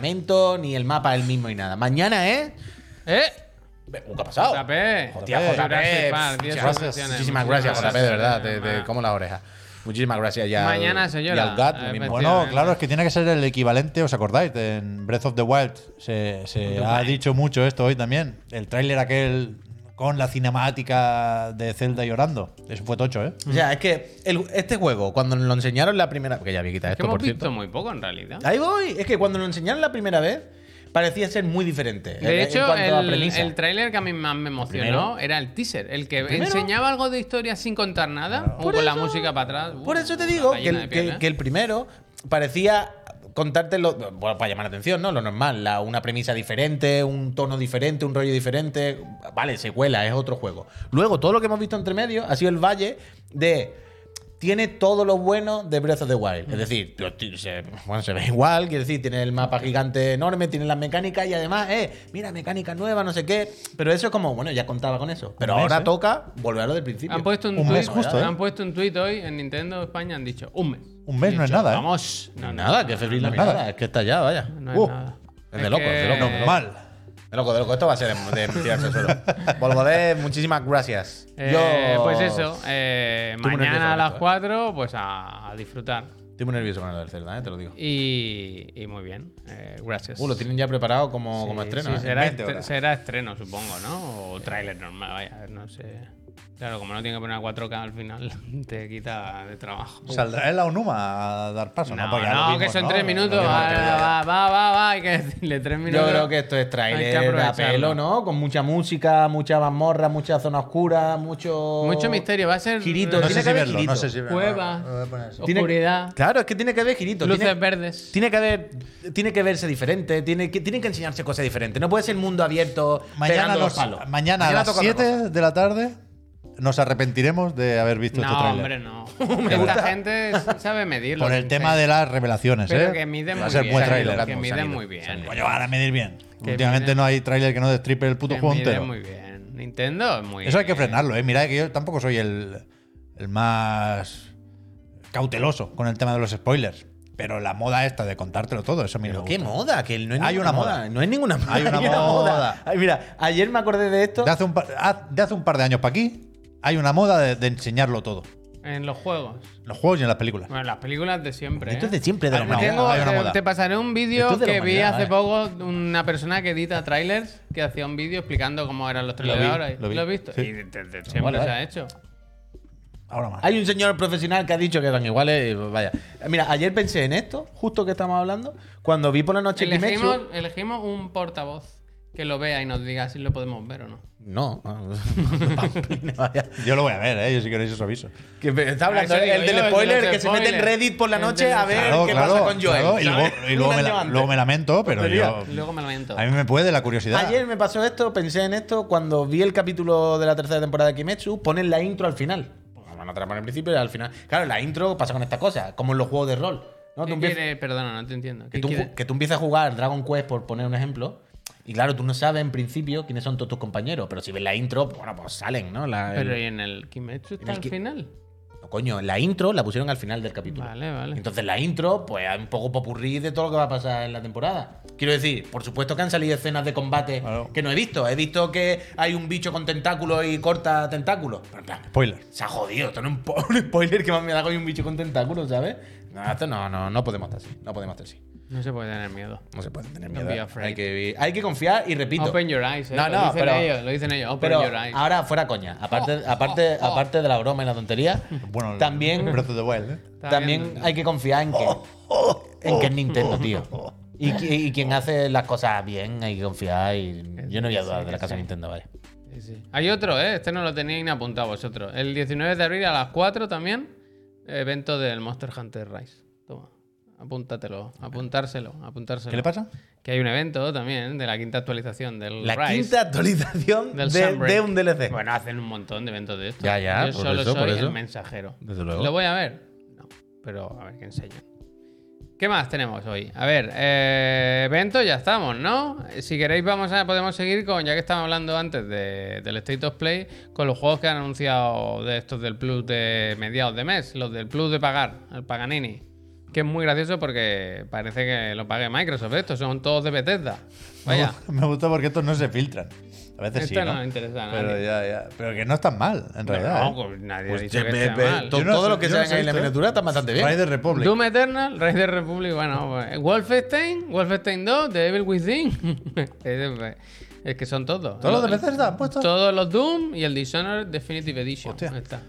C: pegamento, ni el mapa el mismo y nada. Mañana es.
A: ¿Eh?
C: ¿Qué ha pasado?
A: JP.
C: Hostia,
B: JP,
C: JP,
A: Jurassic Park, diez
C: gracias.
A: sensaciones. Muchísimas
C: Muchísimas gracias, JP, de verdad. Te,
A: gracias,
C: te
A: hermano.
C: como la oreja. Muchísimas gracias ya.
A: Mañana se llora.
C: Y al GAT,
A: Eh,
C: lo mismo.
A: efectivamente.
B: Bueno, claro, es que tiene que ser el equivalente, ¿os acordáis? En Breath of the Wild se, se ha dicho mucho esto hoy también. El tráiler aquel con la cinemática de Zelda llorando. Eso fue tocho, ¿eh?
C: O sea, es que el- este juego, cuando nos lo enseñaron la primera que ya había quitado
A: Es que
C: esto,
A: hemos
C: por
A: visto
C: cierto.
A: muy poco en realidad.
C: Ahí voy. Es que cuando lo enseñaron la primera vez, parecía ser muy diferente. en-
A: De
C: en
A: hecho,
C: cuanto a
A: el,
C: premisa.
A: el tráiler que a mí más me emocionó era el teaser, el que
C: primero?
A: enseñaba algo de historia sin contar nada, o
C: Por
A: con la
C: eso-
A: música para atrás.
C: Por
A: Uh,
C: eso te
A: una
C: digo que
A: gallina
C: el,
A: de piel,
C: que-
A: ¿eh?
C: que el primero parecía contarte lo, bueno, para llamar la atención, ¿no? Lo normal, la- una premisa diferente, un tono diferente, un rollo diferente. Vale, secuela, es otro juego. Luego, todo lo que hemos visto entre medio ha sido el valle de. Tiene todo lo bueno de Breath of the Wild. Es decir, lo ti- se, bueno, se ve igual, quiero decir, tiene el mapa gigante enorme, tiene las mecánicas y además, eh, mira, mecánica nueva, no sé qué. Pero eso es como, bueno, ya contaba con eso. Pero
B: mes,
C: ahora
B: ¿eh?
C: toca volver a lo del principio.
A: han puesto un,
B: Un
A: tuit,
B: mes justo, ¿eh?
A: han puesto un tuit hoy en Nintendo España, han dicho un mes.
B: Un mes
A: He
B: no es
A: dicho,
B: nada, ¿eh?
A: Vamos, no,
C: No,
A: no,
C: nada, que febril la
B: nada.
C: mirada, es que está ya, vaya.
A: no es
B: Uh,
A: nada.
C: es de loco, es de loco,
A: que-
C: de
B: Mal.
C: De loco, de loco, esto va a ser de, de tirarse al suelo. Volgodé, muchísimas gracias.
A: eh,
C: Yo-
A: Pues eso, eh,
C: Estoy muy nervioso
A: mañana a
C: con
A: las
C: esto, eh.
A: 4, pues a, a disfrutar.
C: Estoy muy nervioso con lo del Zelda, eh, te lo digo.
A: Y, y muy bien, eh, gracias.
C: Uh, lo tienen ya preparado como,
A: Sí,
C: como estreno.
A: sí,
C: eh.
A: será,
B: 20
A: estre-
B: horas.
A: será estreno, supongo, ¿no? O tráiler normal, vaya, no sé. Claro, como no tiene que poner a 4K al final, te quita de trabajo.
B: Saldrá el Onuma a dar paso. No,
A: No,
B: Porque ya lo
A: no,
B: vimos,
A: que son
B: ¿no?
A: tres
B: Lo
A: minutos.
B: vimos,
A: Va,
B: que ya-
A: va, va, va, va, hay que decirle tres minutos.
C: Yo creo que esto es trailer de
A: aprovecharlo.
C: apelo, ¿no? Con mucha música, mucha mazmorra, mucha zona oscura, mucho.
A: Mucho misterio, va a ser
C: Girito,
B: No sé
C: tiene que
B: si
C: haber
B: verlo,
C: girito.
B: no sé si verlo.
A: Cuevas.
B: Lo voy a poner así.
C: Tiene-
A: oscuridad,
C: Claro, es que tiene que haber girito.
A: luces
C: tiene-
A: verdes.
C: Tiene que haber, tiene que verse diferente, tiene que, tiene que enseñarse cosas diferentes. No puede ser mundo abierto.
B: Mañana,
C: pegando
B: a los-
C: palos.
B: mañana a las
C: toca otra cosa.
B: 7 de la tarde nos arrepentiremos de haber visto este
A: No, hombre,
B: tráiler.
A: no. Esta gente sabe medirlo.
B: Por el tema de las revelaciones,
A: Pero
B: ¿eh?
A: que miden
B: Va a
A: muy
B: ser
A: bien.
B: buen
A: Se ha ido,
B: tráiler.
A: que miden muy bien.
B: Coño, van a medir bien.
A: Que
B: Últimamente
A: miden-
B: no hay tráiler que no destripe el puto
A: Que
B: juego
A: mide
B: entero.
A: Eh, muy bien. Nintendo, muy
B: Eso hay que
A: bien.
B: frenarlo, ¿eh? Mirad que yo tampoco soy el, el más cauteloso con el tema de los spoilers. Pero la moda esta de contártelo todo, eso a mí no
C: Pero
B: me
C: qué
B: gusta.
C: moda, que no es
B: Hay
C: ninguna
B: una moda.
C: No es ninguna moda.
B: Hay una moda.
C: Ay, mira, ayer me acordé de esto.
B: De hace un par, haz- de, hace un par de años para aquí hay una moda de, de enseñarlo todo.
A: En los juegos.
B: En los juegos y en las películas.
A: Bueno, en las películas de siempre.
C: Esto es
A: ¿eh?
C: de siempre, de la
A: Te
B: Hay una
C: humanidad.
A: tengo-
B: hay una
A: te-
B: moda.
A: te pasaré un vídeo
C: Esto es de la
A: que vi
C: humanidad,
A: hace
C: eh.
A: poco una persona que edita trailers que hacía un vídeo explicando cómo eran los trailers
B: vi,
A: ahora.
B: lo vi.
A: ¿Lo has visto?
B: Sí.
A: Y desde siempre
C: Vale,
A: se
C: vale.
A: ha hecho.
B: Ahora más.
C: Hay un señor profesional que ha dicho que eran iguales. y Vaya. Mira, ayer pensé en esto, justo que estamos hablando, cuando vi por la noche
A: Elegimos,
C: Kimetsu.
A: elegimos un portavoz que lo vea y nos diga si lo podemos ver o no.
C: No. Vaya.
B: Yo lo voy a ver, ¿eh? Yo si queréis os aviso.
C: Que me está hablando
A: Ah, Eso
C: el,
A: digo
C: el del
A: yo, el
C: spoiler,
A: del
C: que se mete en
A: spoiler.
C: Reddit por la
A: El
C: noche
A: del-
C: a ver
B: Claro,
C: qué pasa
B: claro,
C: con Joel.
B: claro, y
C: ¿sabes?
B: luego, y luego
C: Un
B: me,
C: año
B: la-
C: antes.
B: luego me lamento, pero yo,
C: Pues
A: Luego me lamento.
B: a mí me puede la curiosidad.
C: Ayer me pasó esto, pensé en esto cuando vi el capítulo de la tercera temporada de Kimetsu, ponen la intro al final. Pues, Van a en principio y al final. Claro, la intro pasa con estas cosas, como en los juegos de rol. ¿no?
A: ¿Qué
C: Tú empiezas-
A: quiere? Perdona, no te entiendo.
C: que,
A: ¿Qué
C: tú,
A: quiere?
C: que tú empiezas a jugar Dragon Quest, por poner un ejemplo, y claro, tú no sabes en principio quiénes son todos tus compañeros, pero si ves la intro, bueno, pues salen, ¿no? La, el-
A: Pero ¿y en el Kimetsu
C: en
A: está
C: el
A: al
C: Ki-
A: final?
C: no, Coño, la intro la pusieron al final del capítulo.
A: Vale, vale.
C: Entonces la intro, pues hay un poco popurrí de todo lo que va a pasar en la temporada. Quiero decir, por supuesto que han salido escenas de combate
B: Claro.
C: que no he visto. He visto que hay un bicho con tentáculos y corta tentáculos. Pero en plan,
B: Spoiler.
C: se ha jodido. Esto no es un, po- un spoiler que más me da que hay un bicho con tentáculos, ¿sabes? No, esto no, no, no podemos estar así. No podemos estar así.
A: No se puede tener miedo.
C: No se puede tener
A: Don't
C: miedo.
A: be afraid.
C: Hay que, vi- hay que confiar y repito.
A: Open your eyes. ¿eh?
C: No,
A: lo
C: no,
A: dicen
C: pero-
A: ellos. Lo dicen ellos. Open
C: Pero
A: your eyes. Oh,
C: ahora fuera coña. Aparte, aparte, aparte de la broma y la tontería,
B: Bueno, el-
C: también
B: el Breath of the Wild, ¿eh?
A: Está
C: también
A: bien.
C: hay que confiar en que, en que es Nintendo, tío. Y, qui- y quien hace las cosas bien, hay que confiar. Y yo no voy a dudar de la casa de Nintendo, vaya.
A: Sí, sí. Hay otro, ¿eh? Este no lo teníais ni apuntado vosotros. El 19 de abril a las 4 también, evento del Monster Hunter Rise. Toma, apúntatelo, apuntárselo, apuntárselo.
B: ¿Qué le pasa?
A: Que hay un evento también de la quinta actualización del
C: La
A: Rise.
C: quinta actualización
A: del
C: de,
A: Sunbreak.
C: de un DLC.
A: Bueno, hacen un montón de eventos de esto.
C: Ya, ya,
A: Yo
C: por
A: solo
C: eso,
A: soy
C: por eso.
A: el mensajero.
C: Desde luego.
A: ¿Lo voy a ver? No, pero a ver qué enseñan. ¿Qué más tenemos hoy? A ver, eh, evento ya estamos, ¿no? Si queréis vamos a podemos seguir con, ya que estábamos hablando antes de- del State of Play, con los juegos que han anunciado de estos del Plus de mediados de mes, los del Plus de pagar, el Paganini. Que es muy gracioso porque parece que lo pague Microsoft. Estos son todos de Bethesda. Vaya.
B: Me gusta porque estos no se filtran. A veces
A: Esto
C: Este
B: sí.
A: Este no
B: ¿no?
A: le interesa a
B: Pero,
A: nadie.
B: ya, ya. pero que no están mal, en realidad.
A: No,
B: ¿eh?
A: pues nadie
C: Pues
A: ha dicho
C: che,
A: que
C: me-
A: esté
C: me-
A: mal.
C: to-
B: Yo no
C: todo
B: sé-
C: lo que
B: yo no
C: sale
B: sé
C: en la
B: esto, ¿eh?
C: miniatura está bastante bien.
B: Riders Republic.
A: Doom Eternal, Riders Republic, bueno, pues, Wolfenstein, Wolfenstein 2, The Evil Within. Ese fue. Es que son todos.
B: ¿Todos los de Bethesda han puesto?
A: Todos los Doom y el Dishonored Definitive Edition.
B: Hostia.
A: Ahí está.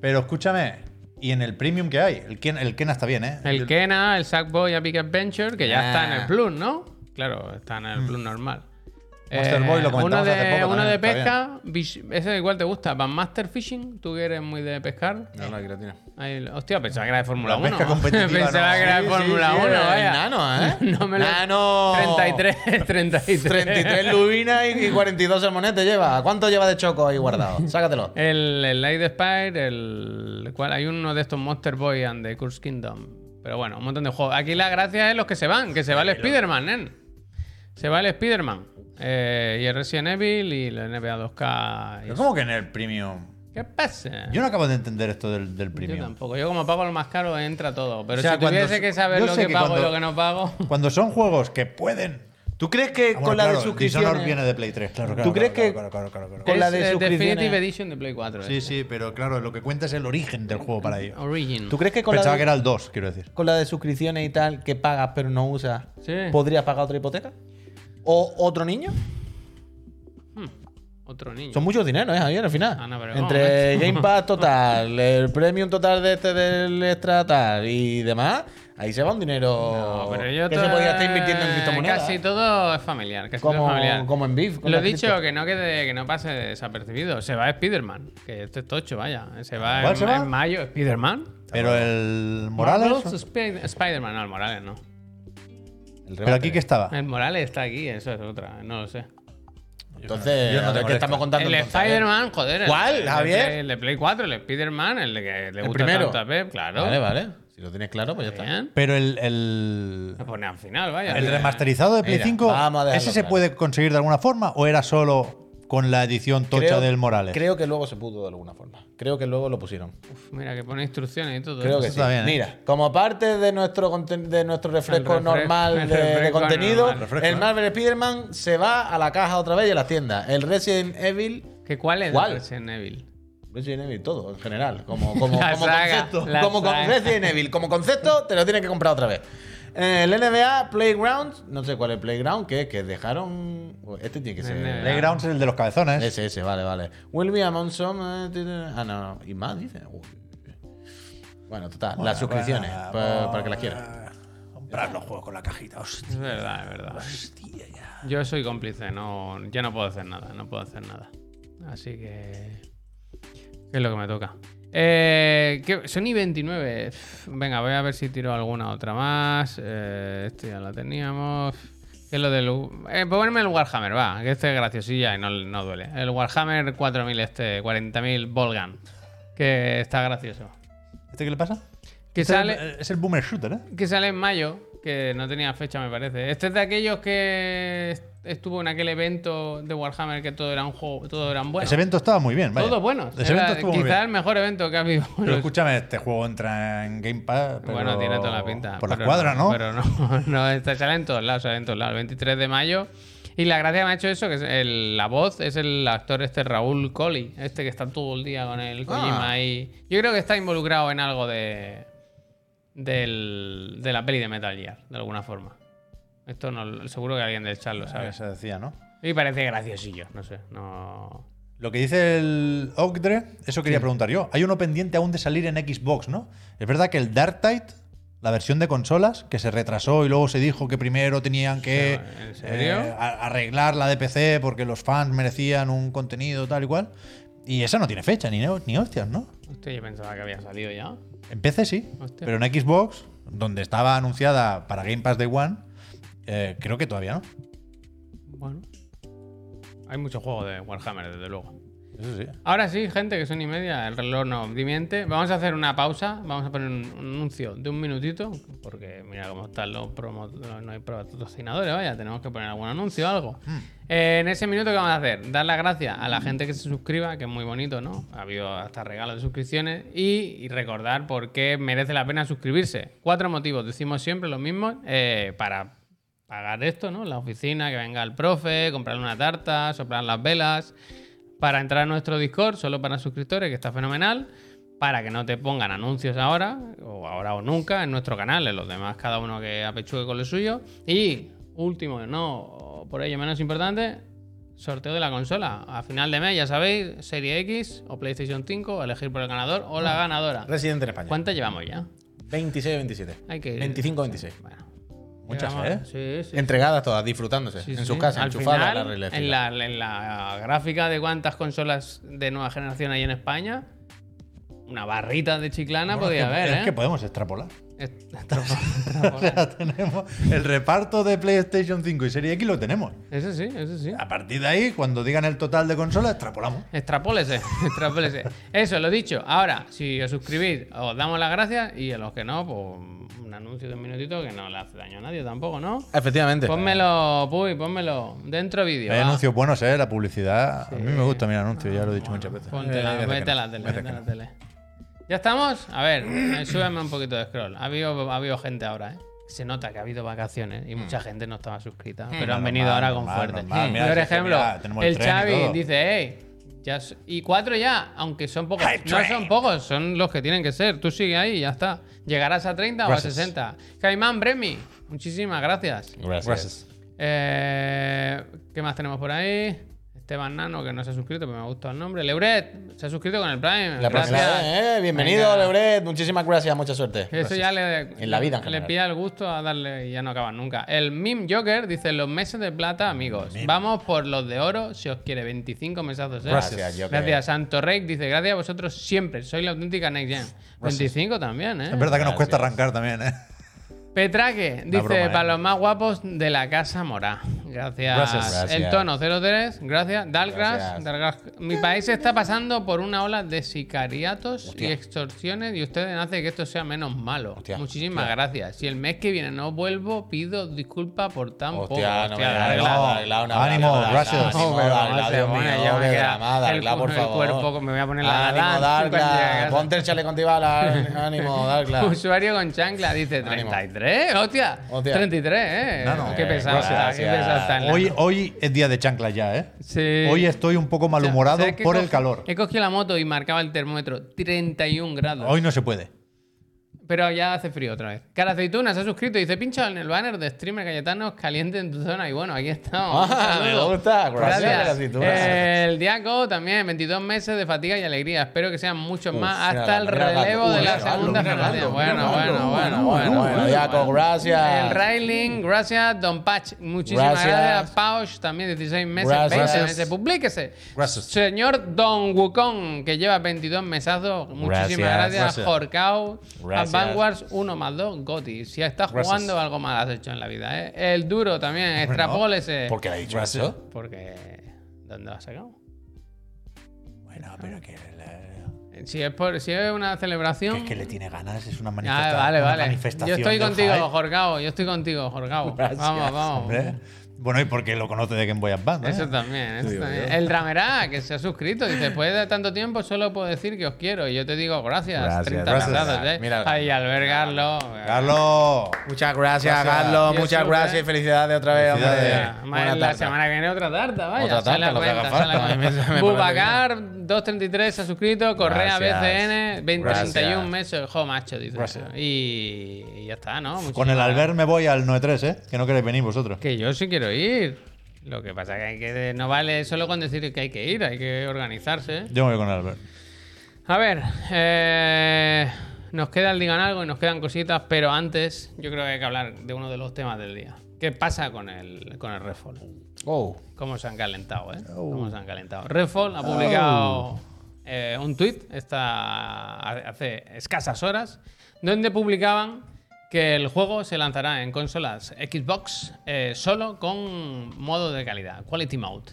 B: Pero escúchame, y en el premium que hay, el, Ken- el Kena está bien, ¿eh?
A: El Kena, el Sackboy Epic Adventure, que ya está en
C: Ah.
A: el Plus, ¿no? Claro, está en el Plus normal. Eh,
B: Monster Mm. Boy lo
A: uno
B: comentamos
A: de,
B: hace poco
A: uno
B: también,
A: de
B: está
A: pesca, bish- ese igual te gusta. Van Master Fishing, tú que eres muy de pescar.
C: No, no, gratina.
A: Ahí lo- hostia, pensaba que era de Fórmula
B: La
A: 1.
B: pesca competitiva,
A: pensaba
B: no.
A: que era de
B: Sí,
A: Fórmula
C: sí,
A: 1,
C: era
A: vaya.
C: nano, ¿eh?
A: No me lo...
C: Nano.
A: 33, 33.
C: 33 lubinas y y 42 salmonetes lleva. ¿Cuánto lleva de choco ahí guardado? Sácatelo.
A: El, el Light Spire, el cual hay uno de estos Monster Boy and the Curse Kingdom. Pero bueno, un montón de juegos. Aquí la gracia es los que se van, que se va el Spider-Man, nen. Se va el Spider-Man. Eh, y el Resident Evil y la NBA 2K. y
B: Pero
A: eso.
B: ¿Cómo que en el premium?
A: ¿Qué pasa?
B: Yo no acabo de entender esto del, del
A: Yo
B: premium.
A: tampoco. Yo como pago lo más caro entra todo. Pero
B: O sea,
A: si tuviese
B: cuando-
A: que saber
B: yo
A: lo
B: sé
A: que,
B: que
A: pago y
B: cuando-
A: lo que no pago...
B: Cuando son juegos que pueden.
C: ¿Tú crees que
B: Ah, bueno,
C: con la
B: claro,
C: de
B: Dishonored
C: suscripción
B: viene de Play 3, claro, claro.
C: ¿Tú crees
B: claro,
C: que-
B: claro, claro, claro, claro, claro.
C: Con la
A: Es,
C: de
A: eh,
C: suscripciones.
A: Definitive Edition de Play eh. 4.
B: Sí,
A: ese.
B: sí, pero claro, lo que cuenta es el origen del juego para ellos.
A: Origin.
C: ¿Tú crees que con la,
B: Pensaba
C: de,
B: que era el 2, quiero decir.
C: con la de suscripciones y tal que pagas pero no usas,
A: Sí.
C: podrías pagar otra hipoteca? ¿O otro niño?
A: Otro niño.
C: Son muchos dineros, ¿eh, Javier, al final.
A: Ah, no, pero vamos,
C: Entre
A: ¿eh?
C: Game Pass total, el premium total de este del extra tal y demás, ahí se va un dinero
A: No, pero yo
C: que
A: todo-
C: se podría estar invirtiendo en criptomonedas.
A: Casi todo es familiar. Casi todo
C: Como-
A: es familiar.
C: como en Beef, con
A: Lo he
C: la
A: dicho,
C: cripto.
A: que no quede, que no pase desapercibido. Se va Spider-Man, que este es tocho, vaya. Se va,
B: ¿Cuál
A: en,
B: se va?
A: en mayo, Spider-Man.
B: Pero el Morales.
A: Marvel's Spi- Spider-Man, no, el Morales no.
C: El
B: Pero aquí
C: remate.
B: que estaba.
A: El Morales está aquí, eso es otra, no lo sé.
C: Entonces,
B: Yo no
C: a ver
B: te
C: ¿qué estamos contando?
A: El
C: entonces? ¿eh?
A: Spider-Man, joder. el-
C: ¿Cuál,
A: el de
C: Javier?
A: Play- El de Play 4, el Spider-Man, el de que le
C: El
A: gusta
C: primero.
A: tanto a Pep, claro.
C: Vale, vale. Si lo tienes claro, pues ya está.
A: Bien.
B: Pero el. el...
A: Lo pone al final, vaya.
B: el
A: Eh,
B: remasterizado de Play
C: Mira,
B: 5,
C: vamos a dejarlo
B: ¿ese se
C: claro.
B: puede conseguir de alguna forma o era solo con la edición tocha
C: Creo-
B: del Morales?
C: Creo que luego se pudo de alguna forma. Creo que luego lo pusieron.
A: uf, Mira, que pone instrucciones y todo.
C: Creo que
B: Eso
C: sí.
B: está bien, ¿eh?
C: Mira, como parte de nuestro, conten- de nuestro refresco,
A: refresco-
C: normal
A: el
C: de, de
A: refresco
C: contenido,
A: normal. Refresco,
C: el Marvel Spider-Man se va a la caja otra vez y a las tiendas. El Resident Evil.
A: ¿Que ¿Cuál es el
C: ¿Cuál?
A: Resident Evil?
C: Resident Evil, todo en general. Como, como,
A: La
C: como
A: saga,
C: concepto.
A: la
C: Como con
A: saga.
C: Resident Evil. Como concepto, te lo tienes que comprar otra vez. Eh, El NBA Playground, no sé cuál es el Playground, que es que dejaron. Este tiene que ser.
A: NBA.
B: Playgrounds es el de los cabezones.
C: Ese, ese, vale, vale. Will be among some. eh, ti, ti, Ah, no, no. Y más, dice. Uy. Bueno, total. las suscripciones.
B: bueno, ah,
C: pa- para, que las quieras.
B: Comprar los juegos con la cajita, hostia.
A: Es verdad, es verdad.
C: Pues
A: Yo soy cómplice, no, yo no puedo hacer nada, no puedo hacer nada. Así que. ¿Qué es lo que me toca? Eh, ¿qué? Sony 29. Pff, Venga, voy a ver si tiro alguna otra más. Eh, este ya la teníamos. ¿Qué es lo del. Eh, ponerme el Warhammer, va, que este es graciosilla y no, no duele. El Warhammer 4000, este, 40.000 Volgan. Que está gracioso.
B: ¿Este qué le pasa?
A: Que
B: Este
A: sale.
B: es, el, es el boomer shooter, ¿eh?
A: que sale en mayo, que no tenía fecha, me parece. Este es de aquellos que est- estuvo en aquel evento de Warhammer que todo era un juego, todo eran buenos.
B: Ese evento estaba muy bien, vaya.
A: Todos buenos.
B: Ese
A: Era
B: evento estuvo muy
A: quizá el
B: bien.
A: mejor evento que ha habido.
B: Pero escúchame, este juego entra en Game Pass. pero
A: bueno, tiene toda la pinta.
B: Por la
A: pero
B: cuadra, ¿no?
A: Pero no, no, está, sale en todos lados, sale en todos lados. El 23 de mayo. Y la gracia que me ha hecho eso, que es el- la voz es el actor este Raúl Colli, este que está todo el día con el Kojima
B: Ah.
A: ahí. Yo creo que está involucrado en algo de del, de la peli de Metal Gear, de alguna forma. Esto no, seguro que alguien del chat lo sabe.
B: Eso decía, ¿no?
A: Y parece graciosillo, no sé, no...
B: Lo que dice el Ogdre, eso quería preguntar yo. Hay uno pendiente aún de salir en Xbox, ¿no? Es verdad que el Dark Tide, la versión de consolas, que se retrasó y luego se dijo que primero tenían que eh,
A: Sí, ¿en serio?
B: a- arreglar la de PC porque los fans merecían un contenido tal y cual. Y esa no tiene fecha, ni, neo- ni hostias, ¿no?
A: Hostia, yo pensaba que había salido ya.
B: En PC sí,
A: Hostia.
B: pero en Xbox, donde estaba anunciada para Game Pass Day One, eh, creo que todavía no.
A: Bueno. Hay mucho juego de Warhammer, desde luego.
B: Eso sí.
A: Ahora sí, gente, que son y media, el reloj no dimiente. Vamos a hacer una pausa, vamos a poner un, un anuncio de un minutito, porque mira cómo están los promos, no hay patrocinadores, vaya, tenemos que poner algún anuncio o algo. Eh, en ese minuto, ¿qué vamos a hacer? Dar las gracias a la gente que se suscriba, que es muy bonito, ¿no? Ha habido hasta regalos de suscripciones, y, y recordar por qué merece la pena suscribirse. Cuatro motivos, decimos siempre los mismos, eh, para pagar esto, ¿no? La oficina, que venga el profe, comprar una tarta, soplar las velas para entrar a nuestro Discord, solo para suscriptores, que está fenomenal, para que no te pongan anuncios ahora, o ahora o nunca, en nuestro canal, en los demás, cada uno que apechugue con lo suyo. Y último, no por ello menos importante, Sorteo de la consola. A final de mes, ya sabéis, Serie X o PlayStation 5, a elegir por el ganador o la ganadora.
C: Resident en España.
A: ¿Cuántas llevamos ya?
C: 26 27.
A: Hay que ir.
C: 25 26.
A: Bueno.
B: Muchas,
A: llevamos- Sí, sí.
C: Entregadas todas, disfrutándose.
A: Sí,
C: en
A: sí.
C: sus casas,
A: Al
C: enchufadas a
A: final,
C: la red eléctrica.
A: en, la, en la gráfica de cuántas consolas de nueva generación hay en España, una barrita de chiclana
B: Bueno,
A: podía
B: es que-
A: haber,
B: es
A: ¿eh?
B: que podemos extrapolar.
A: Est- extrapolar,
B: O
A: extrapolar.
B: sea, tenemos el reparto de PlayStation 5 y Serie X lo tenemos.
A: Eso sí, eso sí.
B: A partir de ahí, cuando digan el total de consolas, extrapolamos.
A: Extrapólese, extrapólese. Eso, lo dicho. Ahora, si os suscribís, os damos las gracias y a los que no, pues un anuncio de un minutito que no le hace daño a nadie tampoco, ¿no?
C: Efectivamente.
A: Pónmelo, Puy, pónmelo. Dentro vídeo.
B: Hay
A: va.
B: anuncios buenos, ¿eh? La publicidad. A mí me gusta mirar anuncios, ya lo he dicho muchas veces.
A: Ponte
C: Eh,
A: la,
C: hay veces
A: vete
C: que
A: a
C: no,
A: la tele,
C: veces
A: vete a
C: que
A: la tele. ¿Ya estamos? A ver, eh, súbeme un poquito de scroll. Ha habido, ha habido gente ahora, ¿eh? Se nota que ha habido vacaciones y mucha gente no estaba suscrita, pero han
B: Hmm. Normal,
A: venido ahora con
B: normal,
A: fuerte.
B: normal.
A: Mm.
B: Mira,
A: Por
B: si
A: ejemplo,
B: mira, tenemos el
A: el
B: tren y
A: Xavi
B: todo.
A: dice, hey, ya so- y cuatro ya, aunque son pocos.
B: El
A: No
B: tren.
A: son pocos, son los que tienen que ser. Tú sigue ahí y ya está. Llegarás a 30
B: Gracias.
A: o a 60. Caimán Bremi, muchísimas gracias.
C: Gracias.
B: Gracias.
A: Eh, ¿Qué más tenemos por ahí? Esteban Nano, que no se ha suscrito, pero me ha gustado el nombre. Leuret, se ha suscrito con el Prime.
C: La próxima
A: gracias.
C: vez, ¿eh? Bienvenido,
A: Venga.
C: Lebret. Muchísimas gracias, mucha suerte.
A: Eso ya le,
C: En la vida en
A: le
C: general.
A: pilla el gusto a darle y ya no acaban nunca. El Meme Joker dice: Los meses de plata, amigos. Vamos por los de oro, si os quiere. 25 mesazos. ¿eh?
C: Gracias, Joker.
A: Gracias. Santo Rey dice: Gracias a vosotros siempre. Soy la auténtica Next Gen. 25 también, ¿eh?
B: Es verdad que nos cuesta
C: Gracias.
B: arrancar también, ¿eh?
A: Petraque dice,
B: broma, ¿eh?
A: para los más guapos de la casa morá. Gracias.
B: Gracias.
A: El
C: Gracias.
A: tono 03, gracias. Dalgras,
C: Gracias.
A: Dalgras. Mi país está pasando por una ola de sicariatos
C: Hostia.
A: y extorsiones y ustedes hacen que esto sea menos malo.
C: Hostia,
A: Muchísimas
C: hostia.
A: gracias. Si el mes que viene no vuelvo, pido disculpas por tan poco.
C: Hostia, no me
A: Hostia, Dalglas.
B: no, Ánimo, gracias.
A: Oh,
C: Ánimo,
A: pero
C: Dalgla,
A: además se
C: Dios mío,
A: pone, ya me
C: qué
A: queda
C: drama,
A: el
C: Dalgla, por
A: cu- el
C: favor.
A: cuerpo, me voy a poner la
C: Ánimo,
A: Dalgla, cuando llegue a
C: Dalgla.
A: casa.
C: Ponte el chaleco antibala. Ánimo, Dalgla.
A: Usuario con chancla dice
C: Ánimo.
A: 33, hostia.
C: Hostia.
A: 33, eh.
B: No, no,
A: qué
B: eh,
A: pesada,
C: gracias.
A: qué pesada está el
B: Hoy,
A: nano.
B: hoy es día de chanclas ya, ¿eh?
A: Sí.
B: Hoy estoy un poco
A: O
B: malhumorado
A: sea, es que
B: por
A: cogí-
B: el calor.
A: He cogido la moto y marcaba el termómetro 31 grados.
B: Hoy no se puede.
A: Pero ya hace frío otra vez. Cara Aceituna se ha suscrito y dice: pincha en el banner de streamer Cayetanos caliente en tu zona. Y bueno, aquí estamos. Un
C: Ah,
A: saludo.
C: me gusta. Gracias, Cara Aceituna.
A: El Diaco también, 22 meses de fatiga y alegría. Espero que sean muchos
C: Uf,
A: más
C: mira
A: hasta el
C: la- mira la-
A: relevo
C: Uy,
A: de la
C: míralo,
A: segunda
C: míralo,
A: generación. Bueno,
C: míralo,
A: bueno, bueno,
C: míralo,
A: bueno.
C: míralo, Diaco, gracias.
A: El Railing, gracias. Don Patch, muchísimas gracias.
C: Gracias.
A: Pausch, también 16 meses,
C: Gracias.
A: 20 meses. Publíquese.
B: Gracias.
A: Señor Don Wukong, que lleva 22 mesazos. Muchísimas
C: Gracias.
A: gracias.
B: Gracias.
A: Horcao,
C: Gracias.
A: Vanguards 1 más 2, Goti. Si estás
C: Gracias.
A: jugando, algo mal has hecho en la vida. ¿eh? El Duro también, extrapólese.
C: ¿Por qué le ha dicho
B: Gracias.
C: eso?
A: Porque. ¿Dónde lo has sacado?
B: Bueno, pero que, le-
A: Si es, por, si es una
B: que
A: celebración.
B: es que le tiene ganas, es una, manifesta-
A: Ah, vale,
B: una
A: vale.
B: manifestación.
A: Yo estoy
B: del
A: contigo,
B: hype,
A: Jorgao. Yo estoy contigo, Jorgao.
C: Gracias,
A: Vamos, vamos.
B: hombre. Bueno, y porque lo conoce de Game Boy Advance. ¿eh?
A: Eso también, eso
C: Ah, Digo
A: también.
C: yo.
A: El Ramerá, que se ha suscrito, dice, después de tanto tiempo solo puedo decir que os quiero. Y yo te digo gracias.
C: Gracias,
A: 30
C: gracias.
A: abrazos, ¿eh?
C: Mira.
A: Ahí, Albert Carlos.
B: Carlos.
C: Muchas gracias,
B: Gracias.
C: Carlos.
A: Y
C: Muchas
A: eso,
C: gracias
A: ¿eh?
C: y felicidades otra vez, hombre.
B: Felicidades.
A: Además,
C: Buena
A: la
C: eh, tarta.
A: semana que viene otra tarta, vaya.
C: Otra
A: sale
C: tarta,
A: la
C: lo que haga
A: cuenta, sale la
C: falta.
A: cuenta.
C: Me parece
A: Bubacar 233 se ha suscrito, Correa
C: Gracias.
A: BCN 20,
C: Gracias.
A: 31 meses, jo macho, dice.
B: Gracias.
A: Y, y ya está, ¿no?
B: Con el
A: Muchísimas-
B: Albert me voy al 93, ¿eh? Que no queréis venir vosotros.
A: Que yo sí quiero ir. Lo que pasa que, hay que no vale solo con decir que hay que ir, hay que organizarse.
B: Yo me voy con el Albert.
A: A ver, eh, nos queda el digan algo y nos quedan cositas, pero antes yo creo que hay que hablar de uno de los temas del día. ¿Qué pasa con el, con el Redfall?
C: Oh.
A: Cómo se han calentado, ¿eh? Cómo se han calentado. Redfall ha publicado eh, un tuit esta, hace escasas horas donde publicaban que el juego se lanzará en consolas Xbox eh, solo con modo de calidad, Quality Mode.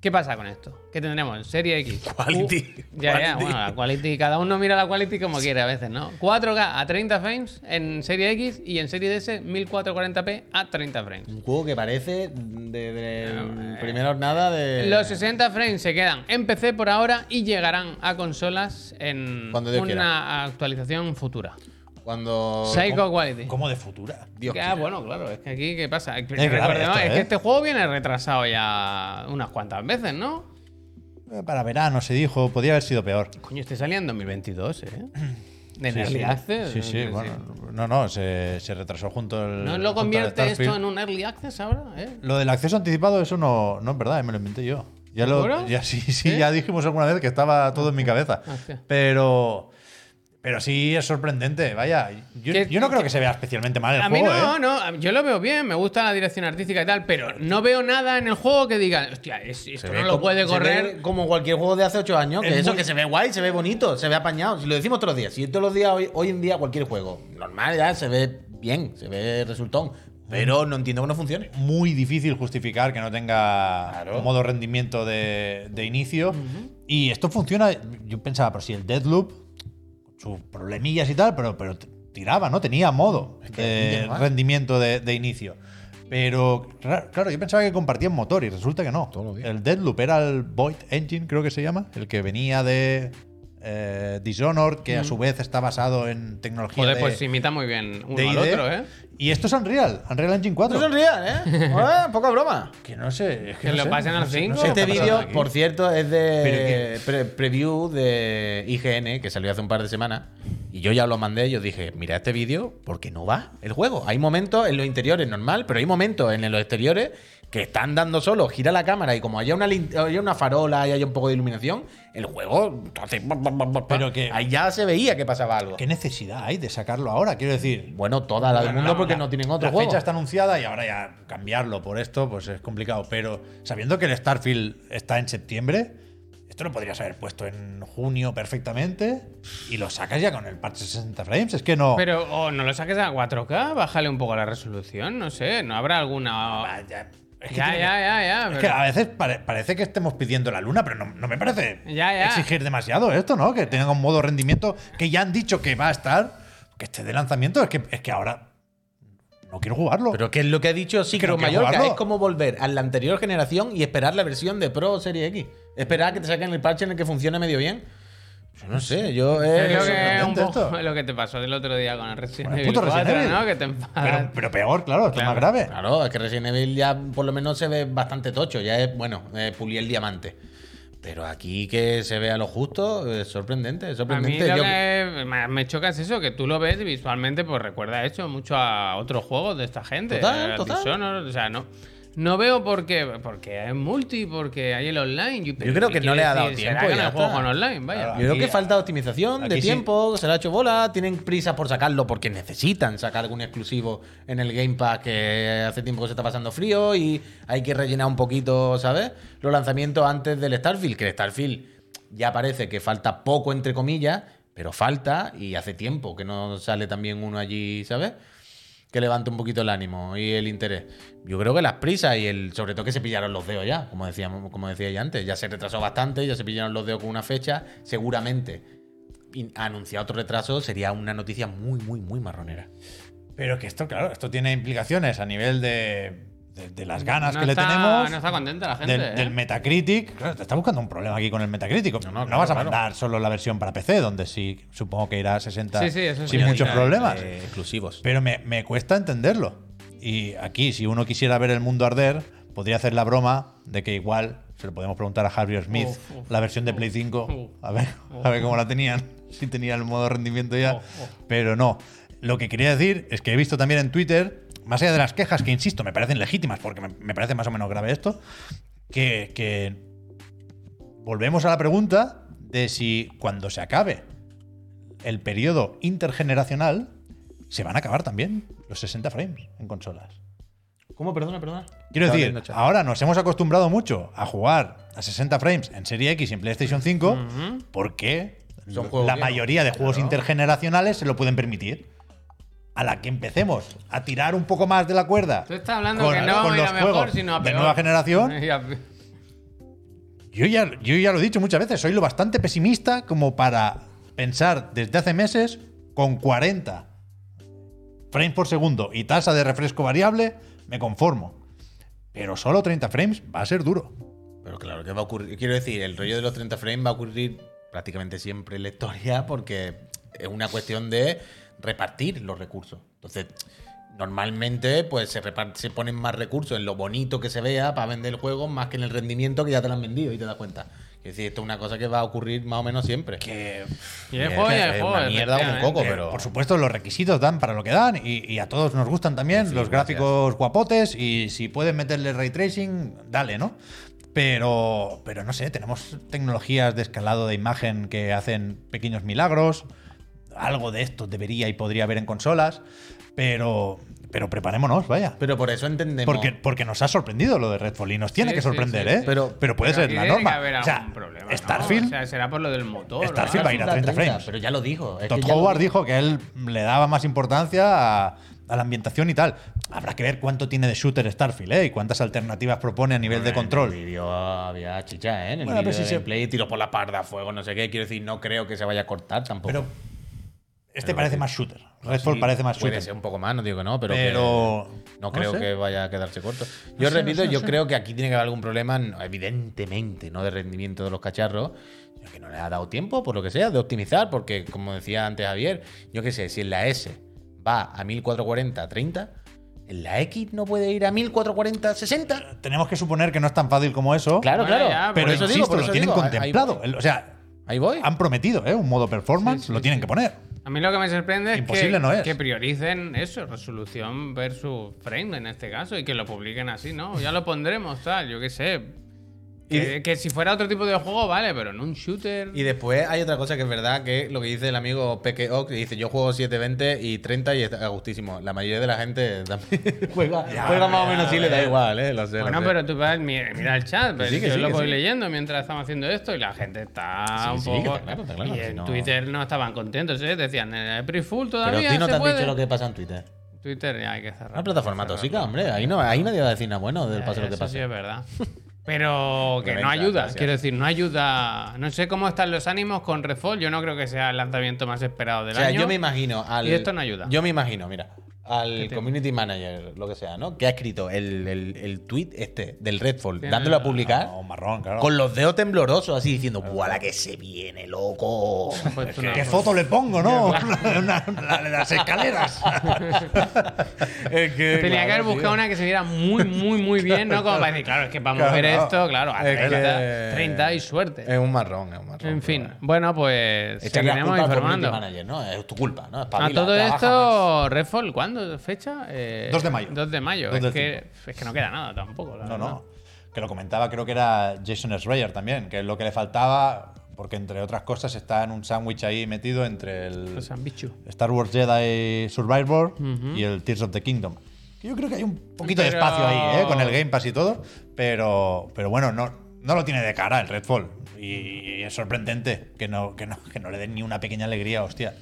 A: ¿Qué pasa con esto? ¿Qué tendremos en Serie X?
C: Quality,
A: Uh, ya, ya,
C: quality.
A: bueno, la quality, cada uno mira la quality como quiere a veces, ¿no? 4K a 30 frames en Serie X y en Serie S 1440p a 30 frames.
C: Un juego que parece de, de primera jornada
B: Eh,
C: de.
A: Los 60 frames se quedan en PC por ahora y llegarán a consolas en
C: Cuando Dios
A: una
C: quiera.
A: actualización futura.
C: Cuando.
A: Psycho Quality.
B: ¿Cómo de futura?
C: Dios
A: Que, ah,
C: quiera.
A: bueno, claro, es que aquí, ¿qué pasa? Es,
B: grave
A: recordemos,
B: esto,
A: es que
B: ¿eh?
A: este juego viene retrasado ya unas cuantas veces, ¿no?
B: Eh, Para verano se dijo, podía haber sido peor.
A: Coño, este salía en 2022, ¿eh? De
B: Sí,
A: Early
B: sí.
A: Access,
B: Sí, sí,
A: es
B: bueno,
A: decir,
B: No, no, se, se retrasó junto el.
A: ¿No
B: junto
A: lo
B: al
A: convierte esto
B: Starfield.
A: en un early access ahora? ¿Eh?
B: Lo del acceso anticipado, eso no, no es verdad, eh, me lo inventé yo. Ya
A: ¿Seguro?
B: lo, ya, sí, sí,
A: ¿Sí?
B: ya dijimos alguna vez que estaba todo en mi cabeza.
A: ¿Eh? Ah, Hostia.
B: Pero, pero sí es sorprendente, vaya. Yo,
A: Que-
B: yo no creo que se vea especialmente mal el
A: A mí
B: juego,
A: no,
B: ¿eh?
A: no, yo lo veo bien, me gusta la dirección artística y tal, pero no veo nada en el juego que diga, hostia, es- esto no
C: ve
A: lo
C: como-
A: puede
C: se
A: correr.
C: ve como cualquier juego de hace 8 años, que
B: Es
C: eso
B: muy-
C: que se ve guay, se ve bonito, se ve apañado. Si lo decimos todos los días, si todos los días, hoy, hoy en día, cualquier juego normal ya se ve bien, se ve resultón. Pero no entiendo que no funcione.
B: Muy difícil justificar que no tenga
C: Claro.
B: un modo rendimiento de, de inicio. Y esto funciona. Yo pensaba, pero si el Deadloop, sus problemillas y tal, pero, pero t- tiraba, ¿no? Tenía modo
C: que
B: de
C: entiendo, ¿eh?
B: rendimiento de, de inicio. Pero ra- claro, yo pensaba que compartían motor y resulta que no.
C: Todos los días.
B: El Deadloop era el Void Engine, creo que se llama, el que venía de eh, Dishonored, que
C: Mm.
B: a su vez está basado en tecnología
A: Joder,
B: de,
A: pues se imita muy bien uno
B: de
A: al
B: ID.
A: otro, ¿eh?
B: Y esto es Unreal, Unreal Engine 4.
C: No sonrían, ¿eh? Joder, Poca broma.
B: Que no sé. es
A: Que
B: no
A: lo
B: sé,
A: pasen
B: no
A: al
B: sé, no
A: cinco.
B: sé
C: Este
B: qué está
C: vídeo,
B: pasando
C: por
B: aquí.
C: cierto, es de
B: Pero
C: pre- preview de IGN, que salió hace un par de semanas. Y yo ya lo mandé, yo dije, mira este vídeo, porque no va el juego. Hay momentos en los interiores normal, pero hay momentos en los exteriores que están dando solo, gira la cámara y como haya una, lin- haya una farola y haya un poco de iluminación, el juego hace...
B: Pero que-
C: Ahí ya se veía que pasaba algo.
B: ¿Qué necesidad hay de sacarlo ahora? Quiero decir.
C: Bueno, toda la del mundo porque no tienen otro
B: la
C: juego.
B: fecha está anunciada y ahora ya cambiarlo por esto pues es complicado. Pero sabiendo que el Starfield está en septiembre, esto lo podrías haber puesto en junio perfectamente y lo sacas ya con el patch 60 frames. Es que no.
A: Pero o no lo saques a 4K, bájale un poco la resolución, no sé, no habrá alguna... oh.
B: Ah, ya, es que
A: Ya, ya,
B: tiene-
A: ya, ya.
B: es que
A: pero-
B: a veces pare- parece que estemos pidiendo la luna, pero no, no me parece
A: Ya, ya.
B: exigir demasiado esto, ¿no? Que tenga un modo rendimiento que ya han dicho que va a estar, que esté de lanzamiento. Es que, es que ahora no quiero jugarlo.
C: Pero que es lo que ha dicho
B: Creo
C: Cicro
B: que
C: Mallorca,
B: jugarlo.
C: es como volver a la anterior generación y esperar la versión de Pro o Serie X. Esperar a que te saquen el parche en el que funcione medio bien. Yo no sé, yo eh,
A: Es lo que,
B: sorprendente
A: un poco
B: esto.
A: lo que te pasó el otro día con el Resident
B: Con el
A: Evil
B: puto Resident
A: 4,
B: Evil.
A: ¿no? Que te enfadas.
B: Pero, pero peor, claro, esto es más grave.
C: Claro, es que Resident Evil ya por lo menos se ve bastante tocho, ya es, bueno, eh, pulir el diamante. Pero aquí que se vea lo justo, es sorprendente, es
A: A mí
C: sorprendente.
A: lo
C: Yo-
A: que me- me choca es eso, que tú lo ves y visualmente, pues recuerda eso mucho a otros juegos de esta gente.
C: Total,
A: a
C: total.
A: Dishonored, o sea, no. No veo por qué, porque es multi, porque hay el online. Yo, pero
C: creo
A: ¿qué
C: que no
A: quiere
C: le ha dado
A: decir? ¿Será
C: tiempo
A: que
C: y
A: no
C: ya
A: hay juego
C: está?
A: con online, vaya.
B: Claro.
C: Yo creo
B: Aquí-
C: que falta optimización de
B: aquí sí.
C: tiempo, se la ha hecho bola, tienen prisa por sacarlo porque necesitan sacar algún exclusivo en el Game Pass que hace tiempo que se está pasando frío y hay que rellenar un poquito, ¿sabes? Los lanzamientos antes del Starfield, que el Starfield ya parece que falta poco, entre comillas, pero falta y hace tiempo que no sale también uno allí, ¿sabes? que levante un poquito el ánimo y el interés. Yo creo que las prisas y el sobre todo que se pillaron los dedos ya, como decíamos, como decía ya antes, ya se retrasó bastante, ya se pillaron los dedos con una fecha, seguramente in- anunciar otro retraso sería una noticia muy muy muy marronera.
B: Pero que esto, claro, esto tiene implicaciones a nivel de, de- de las ganas
A: No
B: que
A: está-
B: le tenemos.
A: No está contenta la gente.
B: del,
A: ¿eh?
B: del Metacritic. Claro, te está buscando un problema aquí con el Metacritic. No,
C: claro,
B: vas a
C: claro.
B: mandar solo la versión para PC, donde sí supongo que irá a 60
A: Sí, sí, eso sí.
B: sin muchos
C: Coñadina,
B: problemas.
C: eh, exclusivos.
B: Pero me, me cuesta entenderlo. Y aquí, si uno quisiera ver el mundo arder, podría hacer la broma de que igual se lo podemos preguntar a Javier Smith,
A: Uf, uf,
B: la versión de Play 5,
A: uf.
B: a ver, a ver cómo la tenían, si tenía el modo rendimiento ya, pero no. Lo que quería decir es que he visto también en Twitter, más allá de las quejas que, insisto, me parecen legítimas, porque me, me parece más o menos grave esto, que, que volvemos a la pregunta de si cuando se acabe el periodo intergeneracional, se van a acabar también los 60 frames en consolas.
C: ¿Cómo? Perdona, perdona.
B: Quiero
C: Estaba
B: decir,
C: leyendo chat.
B: ahora nos hemos acostumbrado mucho a jugar a 60 frames en Serie X y en PlayStation 5 porque
C: Son juegos
B: la
C: viejos.
B: mayoría de juegos intergeneracionales se lo pueden permitir. A la que empecemos a tirar un poco más de la cuerda
A: Tú estás hablando que no vamos a ir a mejor, sino a
B: de
A: peor.
B: nueva generación,
A: Y a-
B: yo ya, yo ya lo he dicho muchas veces, soy lo bastante pesimista como para pensar desde hace meses con 40 frames por segundo y tasa de refresco variable, me conformo. Pero solo 30 frames va a ser duro.
C: Pero claro, que va a ocurrir? Quiero decir, el rollo de los 30 frames va a ocurrir prácticamente siempre en la historia porque es una cuestión de repartir los recursos. Entonces, normalmente pues se, repar- se ponen más recursos en lo bonito que se vea para vender el juego más que en el rendimiento que ya te lo han vendido y te das cuenta. Es decir, esto es una cosa que va a ocurrir más o menos siempre.
B: Que,
A: Y el juego, y el
C: es
A: juego.
C: una mierda como un
A: efectivamente.
C: coco,
B: que,
C: pero.
B: por supuesto, los requisitos dan para lo que dan y, y a todos nos gustan también
C: Sí,
B: los
C: gracias.
B: gráficos guapotes y si pueden meterle ray tracing, dale, ¿no? Pero, pero no sé, tenemos tecnologías de escalado de imagen que hacen pequeños milagros. Algo de esto debería y podría haber en consolas, pero, pero preparémonos, vaya.
C: Pero por eso entendemos.
B: Porque, porque nos ha sorprendido lo de Redfall y nos tiene
A: Sí,
B: que
A: sí,
B: sorprender,
A: sí,
B: ¿eh?
A: sí.
B: Pero, pero puede
A: Pero
B: ser
A: aquí
B: la
A: tiene que
B: norma.
A: haber
B: O sea,
A: algún problema, ¿no?
B: Starfield,
A: O sea, será por lo del motor. o algo.
B: Starfield va a ir a 30 frames.
C: Ah, Pero ya lo dijo. es que
B: Todd
C: ya lo
B: Howard
C: dijo.
B: dijo que él le daba más importancia a, a la ambientación y tal. Habrá que ver cuánto tiene de shooter Starfield ¿eh? y cuántas alternativas propone a nivel de
C: Bueno, En
B: control.
C: el vídeo había chicha, ¿eh? En el
B: Bueno, pero
C: vídeo
B: sí
C: de
B: se-
C: gameplay, tiro por la parda, fuego, no sé qué. Quiero decir, no creo que se vaya a cortar tampoco.
B: Pero este parece más shooter. Redfall
C: Sí,
B: parece más
C: Puede
B: shooter.
C: ser un poco más, no digo que no, pero. que-
B: pero
C: No creo
B: sé.
C: que vaya a quedarse corto.
B: No
C: Yo
B: sé,
C: repito,
B: no sé, no
C: yo
B: sé.
C: creo que aquí tiene que haber algún problema, no- evidentemente, no de rendimiento de los cacharros, sino que no le ha dado tiempo, por lo que sea, de optimizar, porque como decía antes Javier, yo qué sé, si en la S va a 1440 30, en la X no puede ir a 1440 60.
B: Tenemos que suponer que no es tan fácil como eso.
C: Claro,
A: Bueno,
C: claro.
A: ya, por
B: pero
A: eso
B: insisto,
C: por
B: lo
C: eso
B: tienen
C: digo, ahí-
B: contemplado.
C: Ahí,
B: O sea,
C: ahí voy.
B: han prometido ¿eh? un modo performance,
A: Sí, sí,
B: lo tienen
A: sí.
B: que poner.
A: A mí lo que me sorprende es
B: Imposible
A: que,
B: no es.
A: que prioricen eso, resolución versus frame en este caso, y que lo publiquen así, ¿no? Ya lo pondremos, tal, yo qué sé. Que, que si fuera otro tipo de juego, vale, pero en un shooter.
C: Y después hay otra cosa que es verdad, que lo que dice el amigo Peque Ox, que dice yo juego 720 y 30 y está a gustísimo. La mayoría de la gente también juega, juega más o menos así, le da igual, ¿eh? Lo sé, lo
A: Bueno,
C: sé.
A: pero tú vas, mira, mira el chat, pero
C: sí, que
A: yo
C: sí,
A: lo
C: que
A: voy
C: sí.
A: leyendo mientras estamos haciendo esto y la gente está un
C: sí, que
A: poco.
C: está claro, está claro,
A: y
C: si
A: en
C: no-
A: Twitter no estaban contentos, ¿eh? decían, el April Fool
C: Pero
A: todavía
C: a ti no
A: se
C: te han
A: puede.
C: dicho lo que pasa en Twitter.
A: Twitter ya hay que cerrar.
C: Una plataforma tóxica, hombre. Ahí, no, ahí nadie va a decir nada bueno del
A: Ya,
C: paso
A: ya,
C: lo
A: Eh,
C: que
A: eso
C: pasa.
A: sí es verdad. Pero que no
C: Venga,
A: ayuda,
C: gracias.
A: quiero decir, no ayuda. No sé cómo están los ánimos con Redfall. Yo no creo que sea el lanzamiento más esperado
C: O
A: del
C: sea,
A: año.
C: yo me imagino al.
A: Y esto no ayuda.
C: Yo me imagino, mira, al
A: te-
C: community manager, lo que sea, ¿no? Que ha escrito el, el, el tweet este del Redfall,
A: Tiene
C: dándolo a
A: la-
C: publicar,
B: No, Oh, marrón, claro.
C: con los dedos temblorosos, así diciendo, ¡buah, la que se viene, loco!
A: Han puesto una
B: ¿Qué
A: foto.
B: foto le pongo, no? Una- la de las escaleras.
C: Es que,
A: Tenía
C: claro,
A: que haber
C: tío.
A: buscado una que se viera muy, muy, muy bien, ¿no? Como para decir, claro, es que para mover
B: Claro.
A: esto, claro, a
C: Es
A: 30,
C: que-
A: 30 y suerte.
C: Es un marrón, es un marrón.
A: En fin,
C: pero bueno.
A: bueno, pues
C: Echarle la
A: seguiremos
C: culpa al community
A: informando.
C: manager, ¿no? Es tu culpa, ¿no?
A: A
C: Espabila,
A: todo
C: trabaja más.
A: esto, Redfall, ¿cuándo? ¿Fecha? Eh,
B: 2 de mayo.
A: 2 de mayo.
B: 2
A: es,
B: del
A: que, es que no queda nada tampoco. la
B: No,
A: verdad.
B: no. Que lo comentaba, creo que era Jason Schreier también, que es lo que le faltaba, porque entre otras cosas está en un sándwich ahí metido entre el
A: Los han bicho.
B: Star Wars Jedi Survivor y el Tears of the Kingdom. Que Yo creo que hay un poquito de
A: Pero-
B: espacio ahí, ¿eh? con el Game Pass y todo, pero, pero bueno, no, no lo tiene de cara el Redfall. Y es sorprendente que no, que no, que no le den ni una pequeña alegría, hostia.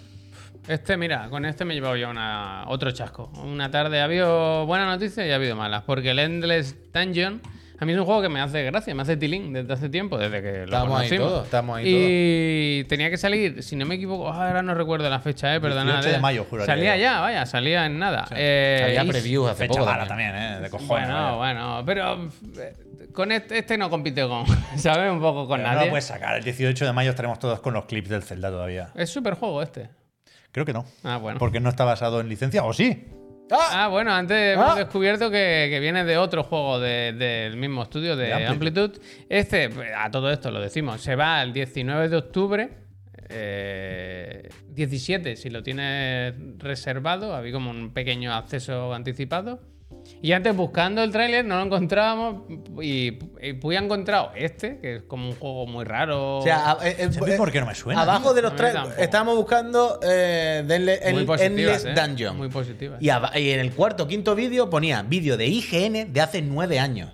A: Este, mira, con este me he llevado yo una, otro chasco. Una tarde ha habido buenas noticias y ha habido malas. Porque el Endless Dungeon a mí es un juego que me hace gracia, me hace tilín desde hace tiempo, desde que lo
C: Estamos ahí
A: conocimos.
C: todos, estamos ahí
A: y tenía que salir, si no me equivoco, ah, ahora no recuerdo la fecha, eh, perdonad.
B: 18 de
A: eh.
B: mayo, juraría
A: Salía
B: yo.
A: ya, vaya, salía en nada. Eh,
C: Había
A: y-
C: previews hace
B: Fecha
C: poco.
B: mala
C: también.
B: también, ¿eh? de cojones.
A: Bueno,
B: vaya.
A: bueno, pero eh, con este, este no compite con, ¿sabes? Un poco con
B: Pero no pues
A: nadie.
B: lo puedes sacar. El 18 de mayo estaremos todos con los clips del Zelda todavía.
A: Es super juego este.
B: Creo que no.
A: Ah, bueno.
B: Porque no está basado en licencia. ¿O sí?
A: Ah, bueno, antes hemos
C: Ah.
A: descubierto que, que viene de otro juego de- del mismo estudio, de,
B: De
A: Amplitude.
B: Amplitude.
A: Este, a todo esto lo decimos, se va el 19 de octubre. eh, 17, si lo tienes reservado, había como un pequeño acceso anticipado. Y antes buscando el tráiler no lo encontrábamos y, y pues he encontrado este, que es como un juego muy raro.
C: O sea, a- eh, eh,
B: ¿Sabes
C: eh,
B: por qué no me suena?
C: Abajo de
A: A
C: los
A: mí
C: tres.
A: tampoco.
C: Estábamos buscando eh, de Endle-
A: muy
C: en-
A: positivas,
C: Endless
A: eh,
C: Dungeon.
A: Muy positivas.
C: y, aba- y en el cuarto, quinto vídeo ponía vídeo de IGN de hace nueve años.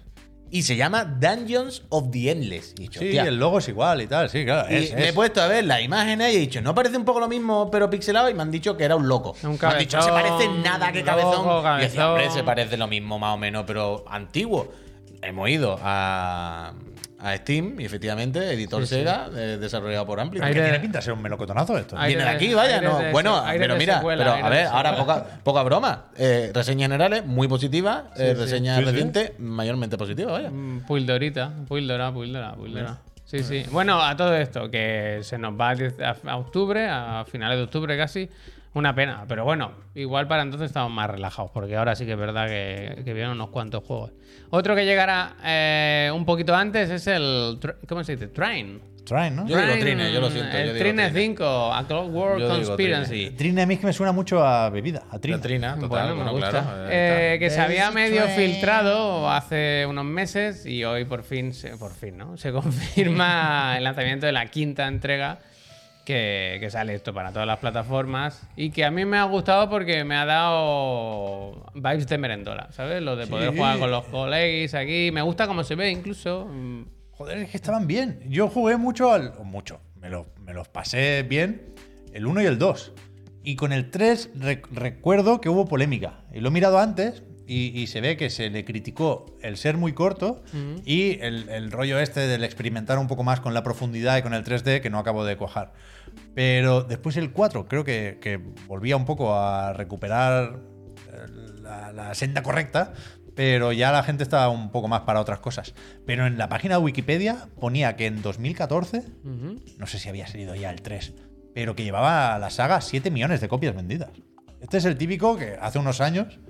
C: Y se llama Dungeons of the Endless. Y he dicho,
B: Sí,
C: hostia.
B: el logo es igual y tal. Sí, claro.
C: Y
B: es-
C: me he
B: es.
C: puesto a ver las imágenes y he dicho, no parece un poco lo mismo, pero pixelado. Y me han dicho que era un loco.
A: Un
C: me han dicho, no se
A: cabezón,
C: parece nada que
A: loco,
C: cabezón. Y yo
A: cabezón.
C: decía, hombre, se parece lo mismo más o menos, pero antiguo. Hemos ido a, a Steam, y efectivamente, editor Sega, eh, desarrollado por Amplitude.
A: Ahí
B: Que
A: de-
B: tiene pinta de ser un melocotonazo esto.
A: Ahí-
C: Viene de
A: Aire
C: aquí,
A: de-
C: vaya,
A: aire
C: no.
A: de-
C: bueno,
A: aire
C: pero
A: de
C: mira,
A: secuela,
C: pero
A: aire
C: a
A: de
C: ver,
A: secuela.
C: ahora poca, poca broma. Eh, reseñas generales, muy positivas. eh,
A: sí.
C: reseñas
B: Sí, sí.
C: recientes, mayormente positivas, vaya.
A: Mm, Puldorita, Puldora, Puldora, Puldora. Sí, sí. Bueno, a todo esto, que se nos va a diez- a a octubre, a finales de octubre casi, Una pena, pero bueno, igual para entonces estamos más relajados, porque ahora sí que es verdad que, que vienen unos cuantos juegos. Otro que llegará eh, un poquito antes es el. tr- ¿Cómo se dice? Train.
B: Try, ¿no?
C: Yo- digo Trine, yo lo siento,
A: El
C: yo digo
A: Trine,
C: Trine.
A: 5, A Clockwork
C: Yo digo
A: Conspiracy.
B: Trina a mí es que me suena mucho a bebida, a trina.
C: La trina, total,
A: Bueno, me
C: bueno,
A: gusta.
C: claro.
A: Eh, que se había
B: Daisy
A: medio
B: Train.
A: filtrado hace unos meses y hoy por fin, se, por fin, ¿no? Se confirma el lanzamiento de la quinta entrega que, que sale esto para todas las plataformas y que a mí me ha gustado porque me ha dado vibes de merendola, ¿sabes? Lo de poder
B: Sí.
A: jugar con los colegis aquí. Me gusta cómo se ve incluso. Mm,
B: Joder, es que estaban bien. Yo jugué mucho al. o Mucho. Me, lo- me los pasé bien. El 1 y el 2. Y con el 3 recuerdo que hubo polémica. Y lo he mirado antes. Y, y se ve que se le criticó el ser muy corto y el, el rollo este del experimentar un poco más con la profundidad y con el 3D que no acabo de cojar. Pero después el 4 creo que, que volvía un poco a recuperar eh, la, la senda correcta, pero ya la gente estaba un poco más para otras cosas. Pero en la página de Wikipedia ponía que en 2014,
A: ujú.
B: no sé si había salido ya el 3, pero que llevaba la saga 7 millones de copias vendidas. Este es el típico que hace unos años,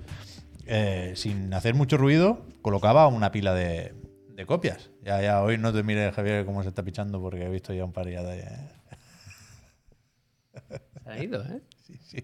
B: eh, sin hacer mucho ruido, colocaba una pila de, de copias. Ya, ya, hoy no te mires, Javier, cómo se está pichando, porque he visto ya un par ya de...
A: Se ha ido, ¿eh?
B: Sí, sí.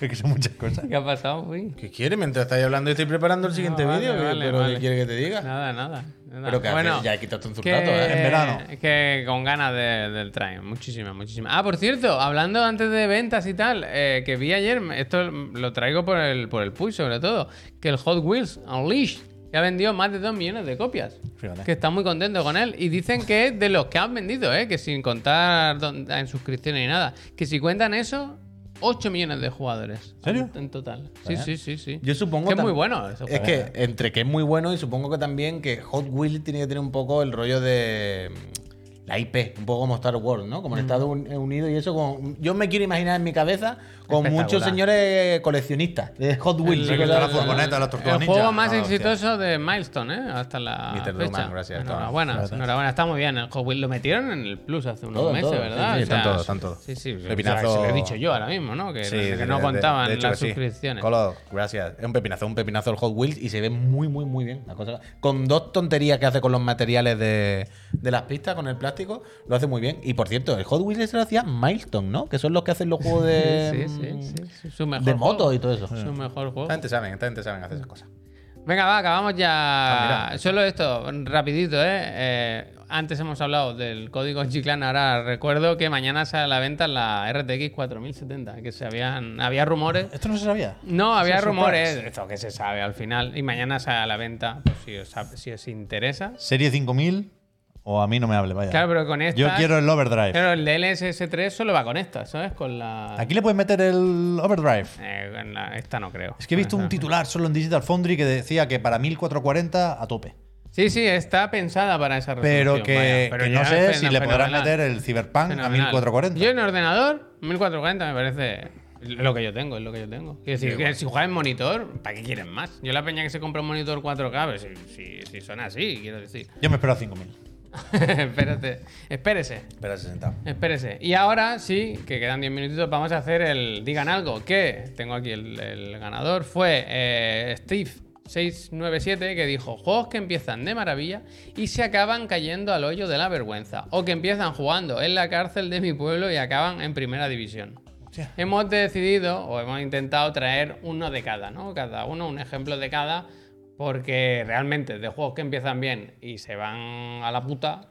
B: Es que son muchas cosas.
A: ¿Qué ha pasado? Uy.
C: ¿Qué quiere? Mientras estáis hablando y estoy preparando el siguiente
A: vale,
C: vídeo. ¿qué-
A: vale,
C: pero
A: vale.
C: ¿qué quiere que te diga?
A: Nada, nada. nada.
C: Pero que
A: Bueno,
C: ya quitaste un
A: que,
C: zurrato, ¿eh?
B: En verano.
A: Que con ganas de- del train. Muchísimas, muchísimas. Ah, por cierto, hablando antes de ventas y tal, eh, que vi ayer, esto lo traigo por el, por el push sobre todo, que el Hot Wheels Unleashed ya vendió más de 2 millones de copias.
B: Fíjate.
A: Que están muy contentos con él. Y dicen que es de los que han vendido, ¿eh? que sin contar don- en suscripciones ni nada. Que si cuentan eso, 8 millones de jugadores. ¿En
B: serio?
A: En total. Sí, sí, sí, sí.
C: Yo supongo
A: que es
C: tam-
A: muy bueno. ese
C: Es
A: juego.
C: que entre que es muy bueno y supongo que también que Hot Wheels tiene que tener un poco el rollo de mm, la IP, un poco como Star Wars, ¿no?
A: Mm.
C: Como en Estados Un- eh, Unidos y eso. Como, mm, yo me quiero imaginar en mi cabeza con
B: Espectacular.
C: muchos señores coleccionistas de Hot Wheels.
B: Sí, que
C: ¿no?
B: está la furgoneta, la tortuga
A: el juego
B: ninja.
A: más
B: Ah, hostia.
A: exitoso de Milestone, ¿eh? Hasta la.
C: Mr.
A: fecha.
C: Drummond, gracias,
A: Enhorabuena,
B: Gracias.
A: enhorabuena. Está muy bien. El Hot Wheels lo metieron en el Plus hace unos
C: Todo,
A: meses,
C: todo.
A: ¿verdad?
C: Sí, sí, están todos,
A: sí,
C: están todos.
A: Sí, sí. o sea,
C: Pepinazo-
A: se lo he dicho yo ahora mismo, ¿no? Que, no, que
C: de-
A: no
C: de-
A: contaban
C: de hecho
A: las
C: que sí.
A: suscripciones.
C: Colo, gracias. Es un pepinazo, un pepinazo el Hot Wheels y se ve muy, muy, muy bien. La cosa- con dos tonterías que hace con los materiales de, de las pistas, con el plástico, lo hace muy bien. Y por cierto, el Hot Wheels ese lo hacía Milestone, ¿no? Que son los que hacen los juegos de, mm,
A: Sí, sí, sí, sí, Su mejor
C: Em, de
A: juego.
C: motos y todo eso.
A: Su mejor juego.
C: Esta gente sabe, esta gente sabe hacer esas cosas.
A: Venga, va, acabamos
C: Ah,
A: ya.
C: mira.
A: Solo esto, rapidito, ¿eh? Eh, Antes hemos hablado del código Chiclan, ahora recuerdo que mañana sale a la venta la RTX 4070, que se habían, había rumores
B: Esto no se sabía.
A: No, había
B: Es un
A: rumores,
B: surprise.
A: esto que se sabe al final. Y mañana sale a la venta, por si os, si os interesa.
B: Serie 5000 o a mí no me hable, vaya.
A: Claro, pero con esta.
B: Yo quiero el overdrive.
A: Pero el DLSS3 solo va con esta, ¿sabes? Con la.
B: Aquí le puedes meter el overdrive.
A: Eh, con la- Esta no creo.
B: Es que he visto un
A: Esta.
B: titular solo en Digital Foundry que decía que para 1440 a tope.
A: Sí, sí, está pensada para esa resolución.
B: Pero que,
A: Pues vaya, pero
B: que
A: ya
B: no sé si le
A: fenomenal,
B: podrás meter el Cyberpunk a
A: fenomenal.
B: 1440.
A: Yo en ordenador, 1440 me parece. Lo que yo tengo, es lo que yo tengo. Quiero decir, que si juegas en monitor, ¿para qué quieres más? Yo la peña que se compra un monitor 4K, pero si, si, si son así, quiero decir.
B: Yo me espero a 5000.
A: Espérate, espérese,
C: Espera, 60.
A: espérese. Y ahora sí, que quedan 10 minutitos, vamos a hacer el digan algo, que tengo aquí el, el ganador, fue eh, Steve697 que dijo, juegos que empiezan de maravilla y se acaban cayendo al hoyo de la vergüenza, o que empiezan jugando en la cárcel de mi pueblo y acaban en primera división.
B: Hostia.
A: Hemos decidido o hemos intentado traer uno de cada, ¿no? Cada uno, un ejemplo de cada, porque realmente de juegos que empiezan bien y se van a la puta,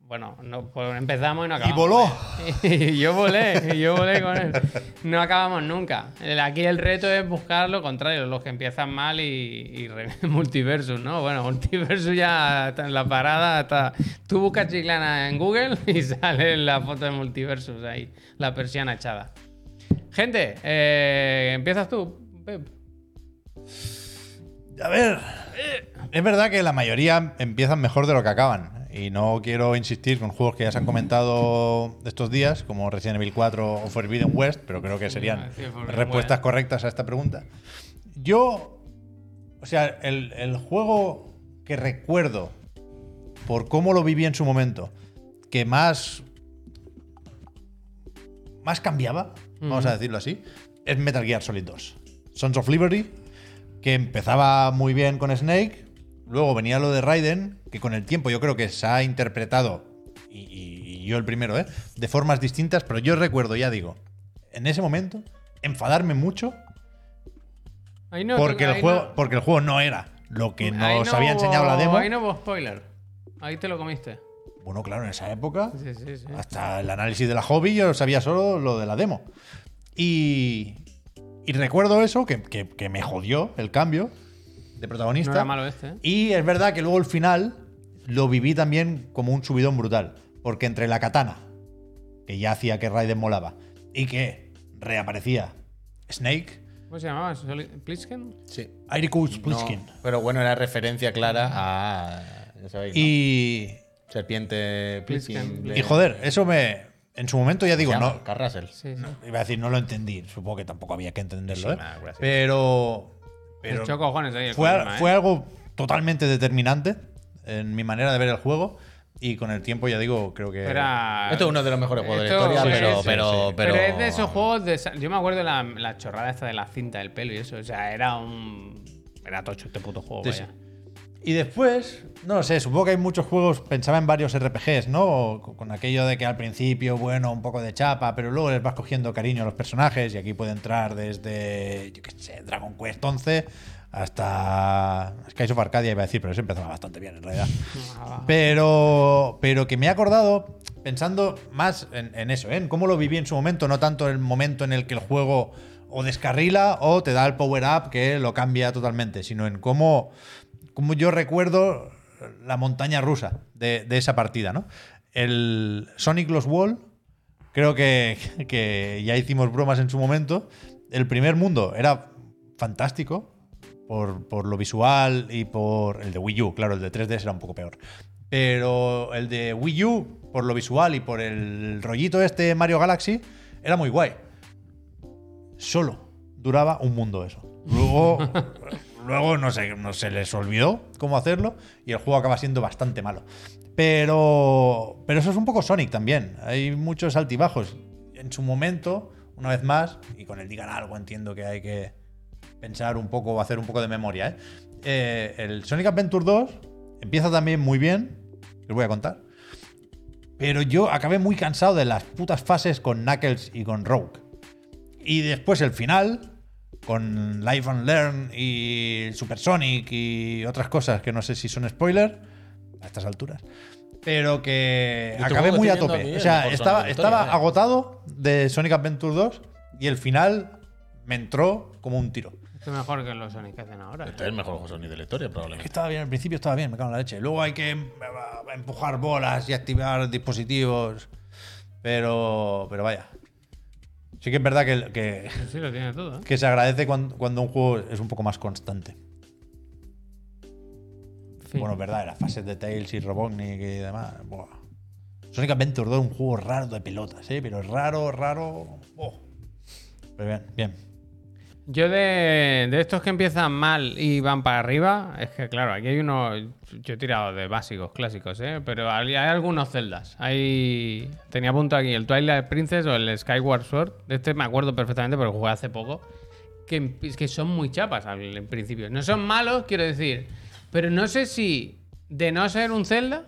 A: bueno, no, pues empezamos y no acabamos.
B: voló.
A: Y yo volé, y yo volé con él. No acabamos nunca. El- Aquí el reto es buscar lo contrario, los que empiezan mal y, y re- multiversus, ¿no? Bueno, multiversus ya está en la parada. Está... Tú buscas chiclana en Google y sale la foto de multiversus ahí, la persiana echada. Gente, eh, empiezas tú, Pep.
B: A ver,
A: Eh.
B: es verdad que la mayoría empiezan mejor de lo que acaban. Y no quiero insistir con juegos que ya se han comentado estos días, como Resident Evil 4 o Forbidden West, pero creo que
A: iba a
B: serían
A: decir Forbidden
B: respuestas
A: West.
B: correctas a esta pregunta. Yo, o sea, el, el juego que recuerdo por cómo lo viví en su momento, que más más cambiaba, vamos
A: Mm.
B: a decirlo así, es Metal Gear Solid 2. Sons of Liberty, que empezaba muy bien con Snake, luego venía lo de Raiden, que con el tiempo yo creo que se ha interpretado, y, y- y yo el primero, ¿eh? de formas distintas, pero yo recuerdo, ya digo, en ese momento, enfadarme mucho
A: Ahí no-
B: porque, el
A: ahí
B: juego,
A: no-
B: porque el juego no era lo que
A: ahí
B: nos
A: no
B: había
A: hubo-
B: enseñado la demo.
A: Ahí no hubo spoiler. Ahí te lo comiste.
B: Bueno, claro, en esa época,
A: Sí, sí, sí.
B: hasta el análisis de la hobby, yo sabía solo lo de la demo. Y, y recuerdo eso, que, que- que me jodió el cambio de
A: No
B: protagonista.
A: era malo este, ¿eh?
B: Y es verdad que luego el final lo viví también como un subidón brutal. Porque entre la katana, que ya hacía que Raiden molaba, y que reaparecía Snake,
A: ¿Cómo se llamaba? ¿Soli- ¿Plissken?
C: Sí.
B: Irikush
C: No,
B: Plissken.
C: pero bueno, era referencia clara a. Ya sabéis. ¿no?
B: Y,
C: Serpiente
A: Plissken,
C: Plissken. de-
B: y joder, eso me. En su momento ya digo,
C: Eh, se llama
B: no,
C: Carl Russell.
A: Sí, sí.
B: Iba a decir, no lo entendí. Supongo que tampoco había que entenderlo.
C: Sí,
B: ¿eh?
C: nada, gracias.
B: Pero. pero
A: Echó cojones ahí el
B: fue,
A: Kojima, ¿eh?
B: fue algo totalmente determinante en mi manera de ver el juego. Y con el tiempo, ya digo, creo que.
A: Era-
C: Esto es uno de los mejores juegos de
A: Esto-
C: la historia,
A: sí,
C: pero,
A: sí, sí.
C: pero,
A: Pero es de esos juegos de sa- Yo me acuerdo la, la chorrada esta de la cinta del pelo y eso. O sea, era un. Era tocho este puto juego,
B: Sí,
A: vaya.
B: Y después, no lo sé, supongo que hay muchos juegos, pensaba en varios RPGs, ¿no? O Con con aquello de que al principio, bueno, un poco de chapa, pero luego les vas cogiendo cariño a los personajes y aquí puede entrar desde, yo qué sé, Dragon Quest 11 hasta Skies of Arcadia, iba a decir, pero eso empezaba bastante bien en realidad. Pero, pero que me he acordado pensando más en, en eso, ¿eh? en cómo lo viví en su momento, no tanto el momento en el que el juego o descarrila o te da el power up que lo cambia totalmente, sino en cómo, cómo yo recuerdo la montaña rusa de, de esa partida. ¿no? El Sonic Lost Wall, creo que, que ya hicimos bromas en su momento. El primer mundo era fantástico por, por lo visual y por el de Wii U, claro, el de 3DS era un poco peor. Pero el de Wii U, por lo visual y por el rollito este de Mario Galaxy, era muy guay. Solo duraba un mundo eso. Luego, luego no, sé, no se les olvidó cómo hacerlo y el juego acaba siendo bastante malo. Pero, pero eso es un poco Sonic también. Hay muchos altibajos. En su momento, una vez más, y con el digan algo, entiendo que hay que pensar un poco, hacer un poco de memoria. ¿eh? Eh, el Sonic Adventure 2 empieza también muy bien, os voy a contar. Pero yo acabé muy cansado de las putas fases con Knuckles y con Rogue. Y después el final, con Life and Learn y Super Sonic y otras cosas que no sé si son spoiler a estas alturas. Pero que
C: Yo te
B: acabé
C: juego,
B: muy a
C: estoy viendo
B: tope.
C: aquí
B: O
C: el
B: sea,
C: mejor
B: estaba,
C: Sonic de historia, ¿eh?
B: estaba
C: vaya.
B: agotado de Sonic Adventure 2 y el final me entró como un tiro.
A: Esto es mejor que los Sonic que hacen ahora. ¿eh?
C: Este es el mejor juego Sony de la historia,
B: Que
C: probablemente.
B: estaba bien, al principio estaba bien, me cago en la leche. Luego hay que em, eh, empujar bolas y activar dispositivos. Pero, pero vaya. Sí que es verdad que, que,
A: Sí, lo tiene todo. ¿eh?
B: que se agradece cuan- cuando, un juego es un poco más constante.
A: Fin.
B: Bueno, es verdad, las fases de Tails y Robotnik y demás. buah. Sonic Adventure 2 es un juego raro de pelotas, ¿eh? Pero raro, raro. oh. Pero bien, bien.
A: Yo de, de estos que empiezan mal y van para arriba, es que claro, aquí hay uno, yo he tirado de básicos, clásicos, ¿eh? pero hay, hay algunos celdas. Hay, tenía a punto aquí el Twilight Princess o el Skyward Sword, de este me acuerdo perfectamente porque jugué hace poco, que, en- que son muy chapas al en principio. No son malos, quiero decir, pero no sé si de no ser un celda,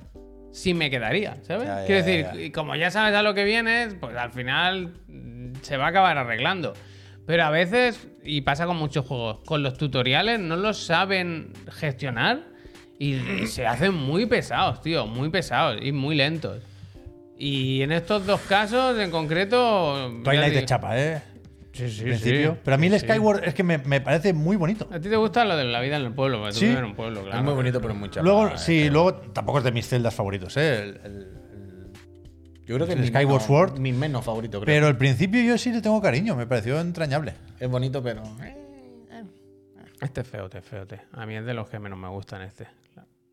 A: si me quedaría, ¿sabes?
B: Ya, ya,
A: quiero decir,
B: ya, ya.
A: y como ya sabes a lo que vienes, pues al final mm, se va a acabar arreglando. Pero a veces, y pasa con muchos juegos, con los tutoriales no los saben gestionar y se hacen muy pesados, tío, muy pesados y muy lentos. Y en estos dos casos en concreto... ya
B: Twilight
A: digo-
B: de chapa, ¿eh?
A: Sí, sí,
B: principio.
A: sí.
B: Pero a mí el
A: Sí.
B: Skyward es que me, me parece muy bonito.
A: A ti te gusta lo de la vida en el pueblo, porque tú
B: Sí.
A: vives en un pueblo, claro.
C: Es muy bonito, pero es muy eh, chaval.
B: Luego, sí, luego tampoco es de mis celdas favoritos, ¿eh? El- el-
C: Yo creo que
B: el
C: mi
B: Skyward
C: menos-
B: Sword.
C: Mi menos favorito, creo.
B: pero al principio yo sí le tengo cariño, me pareció entrañable.
C: es bonito, pero. eh,
A: Este es feo, este es feo, este. A mí es de los que menos me gustan este.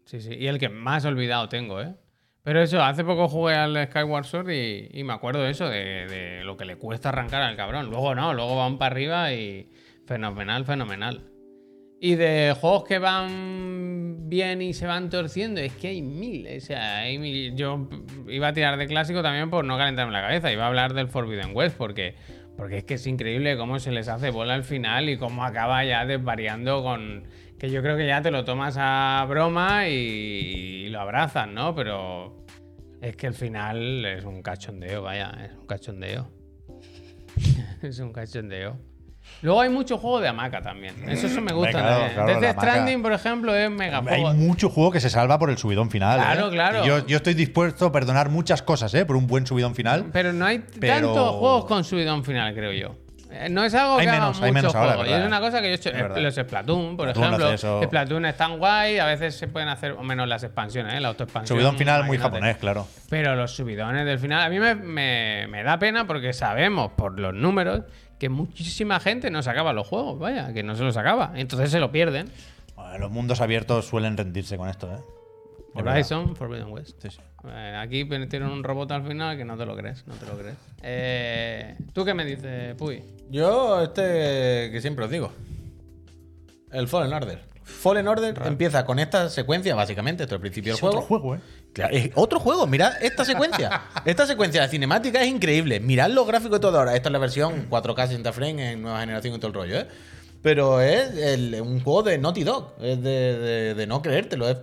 A: Sí, sí. Y el que más olvidado tengo, ¿eh? Pero eso, hace poco jugué al Skyward Sword y, y me acuerdo de eso, de, de lo que le cuesta arrancar al cabrón. Luego no, luego van para arriba y fenomenal, fenomenal. Y de juegos que van bien y se van torciendo, es que hay mil. O sea, hay mil. Yo iba a tirar de clásico también por no calentarme la cabeza. Iba a hablar del Forbidden West porque, porque es que es increíble cómo se les hace bola al final y cómo acaba ya desvariando con. Que yo creo que ya te lo tomas a broma y, y lo abrazas, ¿no? Pero es que el final es un cachondeo, vaya, es un cachondeo. es un cachondeo. Luego hay mucho juego de hamaca también. Eso, eso me gusta
B: Venga,
A: también.
B: claro,
A: Death
B: la hamaca.
A: Stranding, por ejemplo, es mega
B: Hay
A: juego.
B: mucho juego que se salva por el subidón final.
A: Claro,
B: ¿eh?
A: claro.
B: Y Yo, yo estoy dispuesto a perdonar muchas cosas, ¿eh? Por un buen subidón final.
A: Pero no hay
B: Pero-
A: tantos juegos con subidón final, creo yo. Eh, No es algo
B: Hay
A: que haga
B: menos,
A: mucho
B: hay menos ahora,
A: juego.
B: es
A: Y es
B: verdad.
A: una cosa que yo he hecho.
B: Es verdad.
A: Los Splatoon, por
B: Splatoon lo hace
A: ejemplo.
B: eso.
A: Splatoon están guay. A veces se pueden hacer, o menos las expansiones, ¿eh? la autoexpansión.
B: subidón final muy
A: imagínate.
B: japonés, claro.
A: Pero los subidones del final, a mí me, me- me da pena porque sabemos por los números que muchísima gente no se acaba los juegos, vaya, que no se los acaba. Entonces se lo pierden.
B: Bueno, los mundos abiertos suelen rendirse con esto, ¿eh? Es verdad.
A: Horizon, Forbidden West.
B: Sí, sí.
A: Eh, Aquí metieron un robot al final que no te lo crees, no te lo crees. Eh, ¿Tú qué me dices, Puy?
C: Yo, este que siempre os digo. El Fallen Order. Fallen Order empieza con esta secuencia, básicamente, esto es el principio del
B: Es otro
C: juego.
B: juego, ¿eh?
C: Claro, es otro juego, mirad esta secuencia. Esta secuencia de cinemática es increíble. Mirad los gráficos de toda ahora. Esta es la versión 4K 60 frames en nueva generación y todo el rollo, ¿eh? Pero es el- un juego de Naughty Dog. Es de, de- de no creértelo. Es,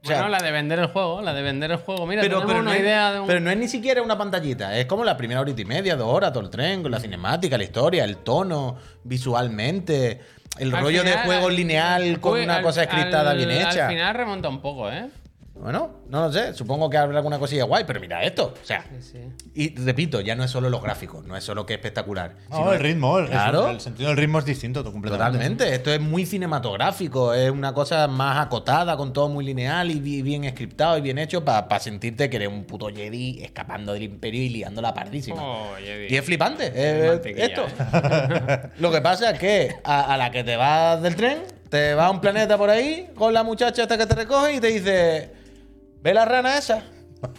C: o sea,
A: bueno, la de vender el juego, la de vender el juego. Mira,
C: pero,
A: tenemos
C: pero
A: una
C: no es,
A: idea de un...
C: pero no es ni siquiera una pantallita. Es como la primera horita y media, dos horas, todo el tren, con la cinemática, la historia, el tono, visualmente, el
A: Al
C: rollo de
A: final,
C: juego
A: al-
C: lineal con
A: Puy,
C: una
A: al-
C: cosa scriptada
A: al-
C: bien hecha.
A: Al final remonta un poco, ¿eh?
C: Bueno, no lo sé. Supongo que habrá alguna cosilla guay, pero mira esto. O sea,
A: Sí, sí.
C: y repito, ya no es solo los gráficos, no es solo que es espectacular.
B: No,
C: sino
B: el ritmo, el,
C: Claro.
B: el sentido del ritmo es distinto tú, completamente.
C: Totalmente, esto es muy cinematográfico, es una cosa más acotada, con todo muy lineal y bi- bien scriptado y bien hecho para sentirte que eres un puto Jedi escapando del imperio y liando la pardísima.
A: Oye,
C: Y es flipante.
A: Es
C: eh,
A: Oh, mantequilla,
C: esto. Lo que pasa es que a, a la que te vas del tren, te vas a un planeta por ahí con la muchacha hasta que te recoge y te dice: Ve la rana esa,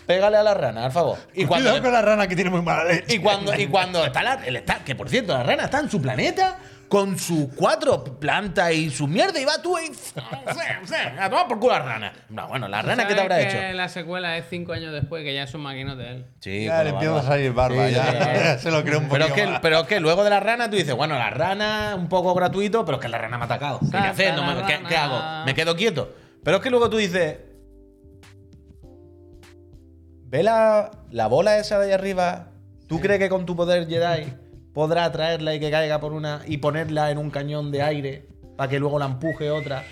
C: pégale a la rana, por favor. Y cuando,
B: Cuidado con la rana que tiene muy mala leche.
C: y cuando, y cuando está la, el está- que por cierto, la rana está en su planeta con sus cuatro plantas y su mierda y va tú y a tomar por culo a la rana. No, bueno, la rana que te habrá hecho.
A: La secuela es cinco años después, que ya es un maquinote él.
C: Sí,
B: ya
C: con
B: le
C: la
B: empieza a
C: barba.
B: salir barba,
C: Sí,
B: ya.
C: sí, sí.
B: Se lo creo un
C: Pero
B: poquito
C: es, que,
B: más.
C: pero es que luego de la rana tú dices, bueno, la rana un poco gratuito, pero es que la rana me ha atacado. ¿Qué,
A: Salta
C: hacer? No
A: la
C: me- ¿qué-
A: rana.
C: qué hago? Me quedo quieto. Pero es que luego tú dices, ve la, la bola esa de ahí arriba. ¿Tú crees que con tu poder Jedi podrá atraerla y que caiga por una y ponerla en un cañón de aire para que luego la empuje otra?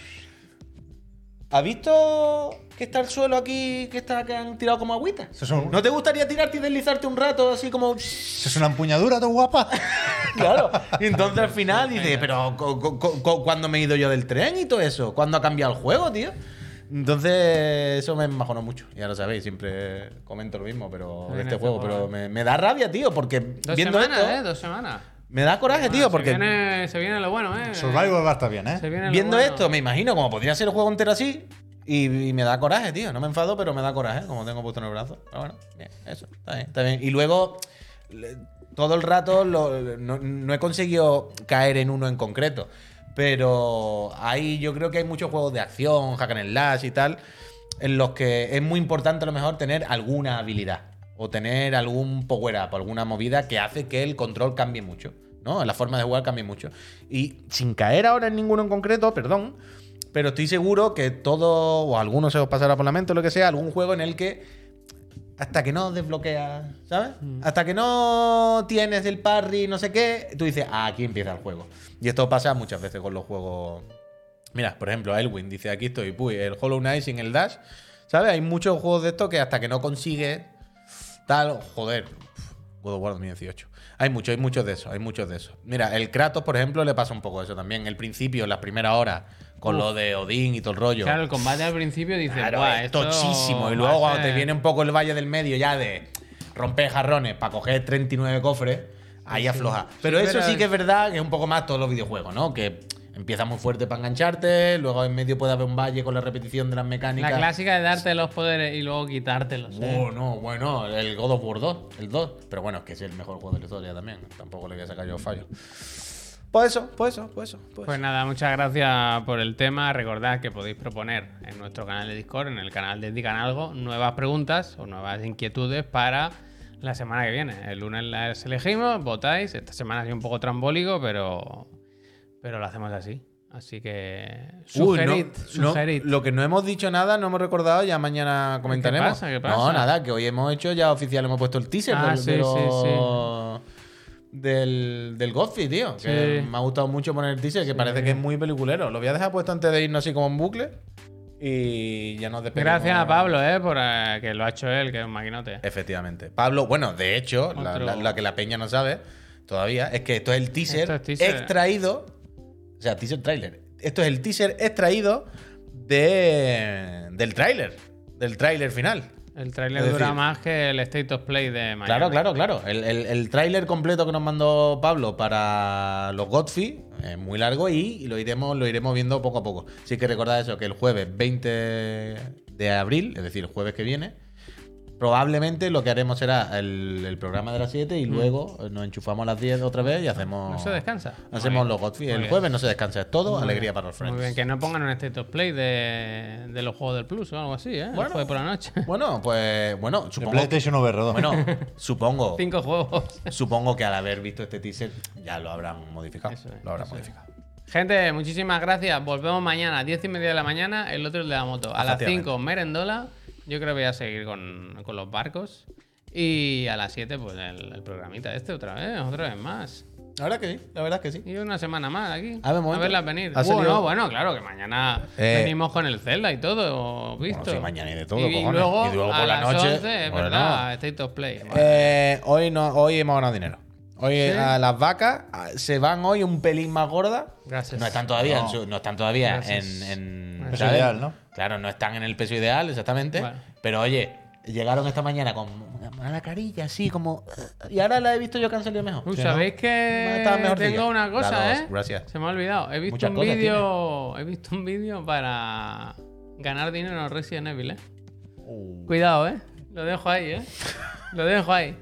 C: ¿Has visto que está el suelo aquí que está que han tirado como agüita?
B: Eso es un-
C: ¿No te gustaría tirarte y deslizarte un rato así como
B: ¿Eso es una empuñadura, tú guapa?
C: Claro. Y entonces al final dice, pero co- co- co- co- ¿cuándo me he ido yo del tren y todo eso? ¿Cuándo ha cambiado el juego, tío? Entonces, eso me majonó mucho. Ya lo sabéis, siempre comento lo mismo, pero de
A: En
C: este
A: este
C: juego.
A: juego,
C: Pero me, me da rabia, tío, porque
A: Dos
C: viendo
A: semanas,
C: esto.
A: ¿eh? Dos semanas.
C: Me da coraje,
A: Bueno,
C: tío, porque.
A: Se viene, se viene lo bueno, ¿eh?
B: Survivor va a estar bien,
A: Se
B: ¿eh?
A: viene lo
C: Viendo
A: bueno.
C: esto, me imagino como podría ser el juego entero así. Y, y me da coraje, tío. No me enfado, pero me da coraje, como tengo puesto en el brazo. Pero bueno, bien, eso. Está bien, está bien. Y luego, le- todo el rato, lo- no, no he conseguido caer en uno en concreto. Pero hay, yo creo que hay muchos juegos de acción, hack and slash y tal, en los que es muy importante a lo mejor tener alguna habilidad. O tener algún power up, alguna movida que hace que el control cambie mucho. ¿no? La forma de jugar cambia mucho. Y sin caer ahora en ninguno en concreto, perdón, pero estoy seguro que todo, o alguno se os pasará por la mente, o lo que sea, algún juego en el que hasta que no desbloqueas, ¿sabes? Hasta que no tienes el parry, no sé qué, tú dices, "Ah, aquí empieza el juego. Y esto pasa muchas veces con los juegos. Mira, por ejemplo, Elwin dice, aquí estoy, puy, el Hollow Knight sin el Dash. ¿Sabes? Hay muchos juegos de estos que hasta que no consigues tal, joder. God of War 2018. Hay muchos, hay muchos de esos, hay muchos de esos. Mira, el Kratos, por ejemplo, le pasa un poco eso también. El principio, en las primeras horas, con lo de Odín y todo el rollo.
A: Claro, el combate al principio dice.
C: Claro,
A: "Buah,
C: es
A: esto
C: tochísimo.
A: va
C: Y luego
A: a
C: cuando te
A: ser-".
C: viene un poco el valle del medio ya de romper jarrones para coger 39 cofres, ahí afloja. Pero
A: Sí,
C: eso
A: pero-
C: sí que es verdad que es un poco más todos los videojuegos, ¿no? Que empieza muy fuerte para engancharte, luego en medio puede haber un valle con la repetición de las mecánicas.
A: La clásica de darte los poderes y luego quitártelos. ¿eh?
C: Bueno, bueno, el God of War 2, el 2. Pero bueno, es que es el mejor juego de la historia también. Tampoco le voy a sacar yo fallo. Pues eso, pues eso, pues eso. Pues,
A: Pues nada, muchas gracias por el tema. Recordad que podéis proponer en nuestro canal de Discord, en el canal de Digan Algo, nuevas preguntas o nuevas inquietudes para la semana que viene. El lunes las elegimos, votáis. Esta semana ha sido un poco trambólico, pero, pero lo hacemos así. Así que
C: Uy,
A: sugerid,
C: no, no,
A: sugerid.
C: lo que no hemos dicho nada, no hemos recordado, ya mañana comentaremos.
A: pasa? ¿Qué pasa?
C: No, nada, que hoy hemos hecho ya oficial, hemos puesto el teaser
A: Ah,
C: del,
A: sí,
C: de
A: sí,
C: lo- del, del Godfrey, tío. Que
A: Sí.
C: me ha gustado mucho poner el teaser, que parece que es muy peliculero. Lo voy a dejar puesto antes de irnos así como en bucle y ya nos despedimos.
A: Gracias a Pablo, eh, por eh, que lo ha hecho él, que es un maquinote.
C: Efectivamente. Pablo, bueno, de hecho, la,
A: Otro.
C: la- la que la peña no sabe todavía, es que esto es el teaser,
A: Esto es teaser.
C: extraído. O sea, teaser trailer. Esto es el teaser extraído de, del tráiler. Del tráiler final.
A: El tráiler
C: Es
A: dura
C: decir-
A: más que el State of Play de mañana.
C: Claro, claro, claro. El, el, el tráiler completo que nos mandó Pablo para los Godfrey es muy largo y lo iremos, lo iremos viendo poco a poco. Así que recordad eso, que el jueves 20 de abril, es decir, el jueves que viene, probablemente lo que haremos será el, el programa de las 7 y luego eh, nos enchufamos a las 10 otra vez y hacemos...
A: Mm. No se descansa. Muy
C: Hacemos los
A: bien,
C: Godfrey.
A: muy
C: El
A: bien.
C: jueves no se descansa, es todo alegría para los friends.
A: Muy bien, que no pongan un State of Play de, de los juegos del Plus o algo así, ¿eh?
C: Bueno.
A: Bueno. por la noche.
C: Bueno, pues bueno,
B: De
C: supongo...
B: PlayStation VR 2.
C: Bueno, supongo...
A: Cinco juegos.
C: Supongo que al haber visto este teaser ya lo habrán modificado.
A: Eso es,
C: lo habrán modificado.
A: Gente, muchísimas gracias. Volvemos mañana a 10 y media de la mañana. El otro es de la moto. A las
C: Efectivamente.
A: 5, merendola. Yo creo que voy a seguir con, con los barcos. Y a las 7, pues el, el programita este otra vez, otra vez más.
C: La verdad que sí, la verdad que sí.
A: Y una semana más aquí.
C: A ver, un momento.
A: verlas venir.
C: Ha
A: Uh,
C: salido-
A: no, bueno, claro, que mañana
C: Eh.
A: venimos con el Zelda y todo, ¿visto?
C: sí, mañana y de todo,
A: y,
C: cojones.
A: Luego,
C: Y luego
A: a
C: por la
A: las
C: noche,
A: 11, es
C: bueno. Eh,
A: verdad, State of Play.
C: hoy, no, hoy hemos ganado dinero. Hoy
A: ¿Sí?
C: a las vacas ah, se van hoy un pelín más gordas.
A: Gracias.
C: No están todavía, en
B: No.
C: su- no están todavía en,
A: Gracias.
C: en-
A: Peso
C: ¿sabes?
B: ideal, ¿no?
C: Claro, no están en el peso ideal, exactamente.
A: Bueno.
C: Pero oye, llegaron esta mañana con la carilla así, como. eh, Y ahora la he visto yo que han salido mejor.
A: Uy,
C: Sí, ¿no?
A: ¿Sabéis que
C: Estaba mejor que
A: tengo
C: yo.
A: una cosa,
C: Dados,
A: eh?
C: gracias.
A: Se me ha olvidado. He visto
C: Muchas
A: un
C: cosas
A: vídeo, he visto un vídeo para ganar dinero en Resident Evil, eh.
B: Uh.
A: Cuidado, eh. Lo dejo ahí, eh. Lo dejo ahí.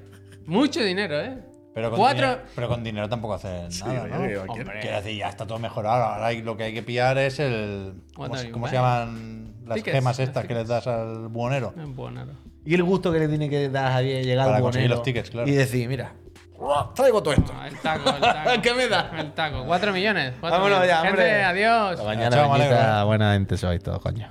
A: Mucho dinero, eh.
B: Pero con,
A: Cuatro.
B: dinero, pero con dinero tampoco haces nada,
C: yo
B: ¿no?
C: digo,
B: Hombre,
C: ¿quién?
B: quiero decir, ya está todo mejorado. Ahora hay- lo que hay que pillar es el. ¿Cómo,
A: What
B: se-
A: are you
B: cómo se
A: buying?
B: llaman las
A: Tickets,
B: gemas
A: las
B: estas que les das al buhonero?
A: No es bueno, no.
C: Y el gusto que le tiene que dar a Javier llegar
B: Para
C: al
B: conseguir
C: buhonero
B: los tickets, claro.
C: Y decir, mira, traigo todo esto.
A: No, El taco, el taco.
C: ¿Qué me da?
A: El taco. Cuatro millones. cuatro
C: Vámonos
A: millones.
C: ya,
A: Gente,
C: hombre.
A: adiós.
C: Hasta mañana,
B: Chao, me
C: bendita,
B: alegro,
C: buena gente sois todos, coño.